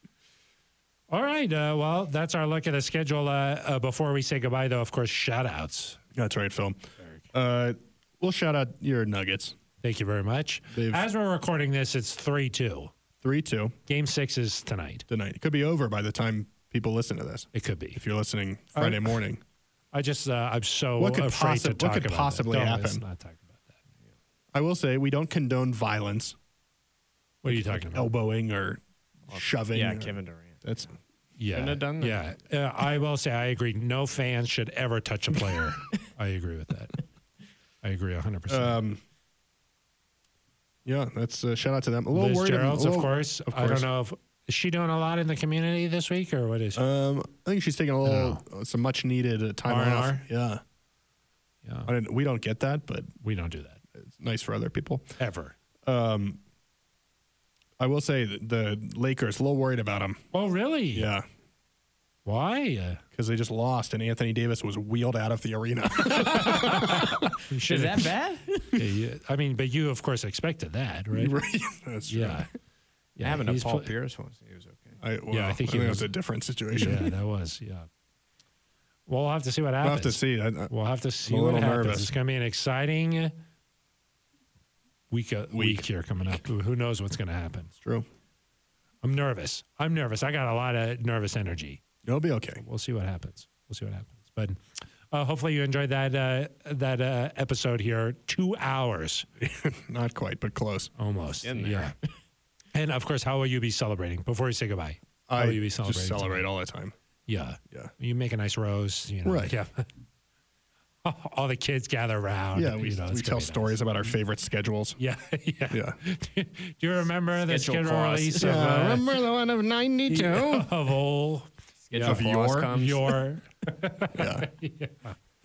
All right. Uh, well, that's our look at the schedule. Uh, uh, before we say goodbye, though, of course, shout outs. That's right, Phil. Uh, we'll shout out your Nuggets. Thank you very much. They've- As we're recording this, it's 3 2. 3 2 Game six is tonight. tonight. It could be over by the time people listen to this. It could be. If you're listening Friday morning, I just, uh, I'm so What could afraid possi- to what talk could about possibly that. No, let's happen? not talk about that. I will say we don't condone violence, What are you talking about? elbowing or shoving. Yeah, or- Kevin Durant. That's yeah. Shouldn't have done Yeah. that. Uh, I will say, I agree. No fan should ever touch a player. I agree with that. I agree 100%. um, yeah. That's uh, shout out to them. A little Liz worried. Gerald's, a of little- course. I don't course. know if is she doing a lot in the community this week or what is. she? Um, I think she's taking a little uh, some much needed uh, time off. R&R? Yeah, yeah, I didn't, we don't get that, but we don't do that it's nice for other people. ever. I will say that the Lakers a little worried about them. Oh, really? Yeah, Why? because they just lost and Anthony Davis was wheeled out of the arena. You should've- bad? Yeah, you- I mean, but you of course expected that, right? That's true. Yeah. I happened to he's Paul pl- Pierce once. He was okay. I, well, Yeah, I think, it was, was- a different situation. Yeah, that was. Yeah. Well, we'll have to see what happens. I'll have to see. I, I, We'll have to see I'm a what little happens. nervous. It's going to be an exciting week, uh, week here coming up. Who who knows what's going to happen? true. I'm nervous. I'm nervous. I got a lot of nervous energy. It'll be okay. we'll see what happens. We'll see what happens. But uh, hopefully you enjoyed that uh, that uh, episode here. Two hours Not quite, but close. almost. In there. Yeah. And of course, how will you be celebrating before you say goodbye? How I will you Oh, be just celebrating? celebrate all the time. Yeah. Yeah. You make a nice rose. You know. Right. Yeah. All the kids gather around. Yeah, we, you know, it's we gonna tell be nice. stories about our favorite schedules. Yeah, yeah. Yeah. Do you remember the Schedule schedule clause. release Yeah, of, uh, remember the one of 92? of old Schedule Of clause your- comes. your Yeah.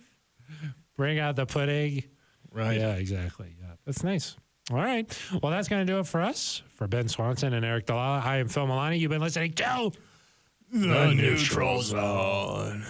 bring out the pudding? Right. Yeah, exactly. Yeah, that's nice. All right. Well, that's going to do it for us. For Ben Swanson and Eric Dalala, I am Phil Milani. You've been listening to The neutral zone.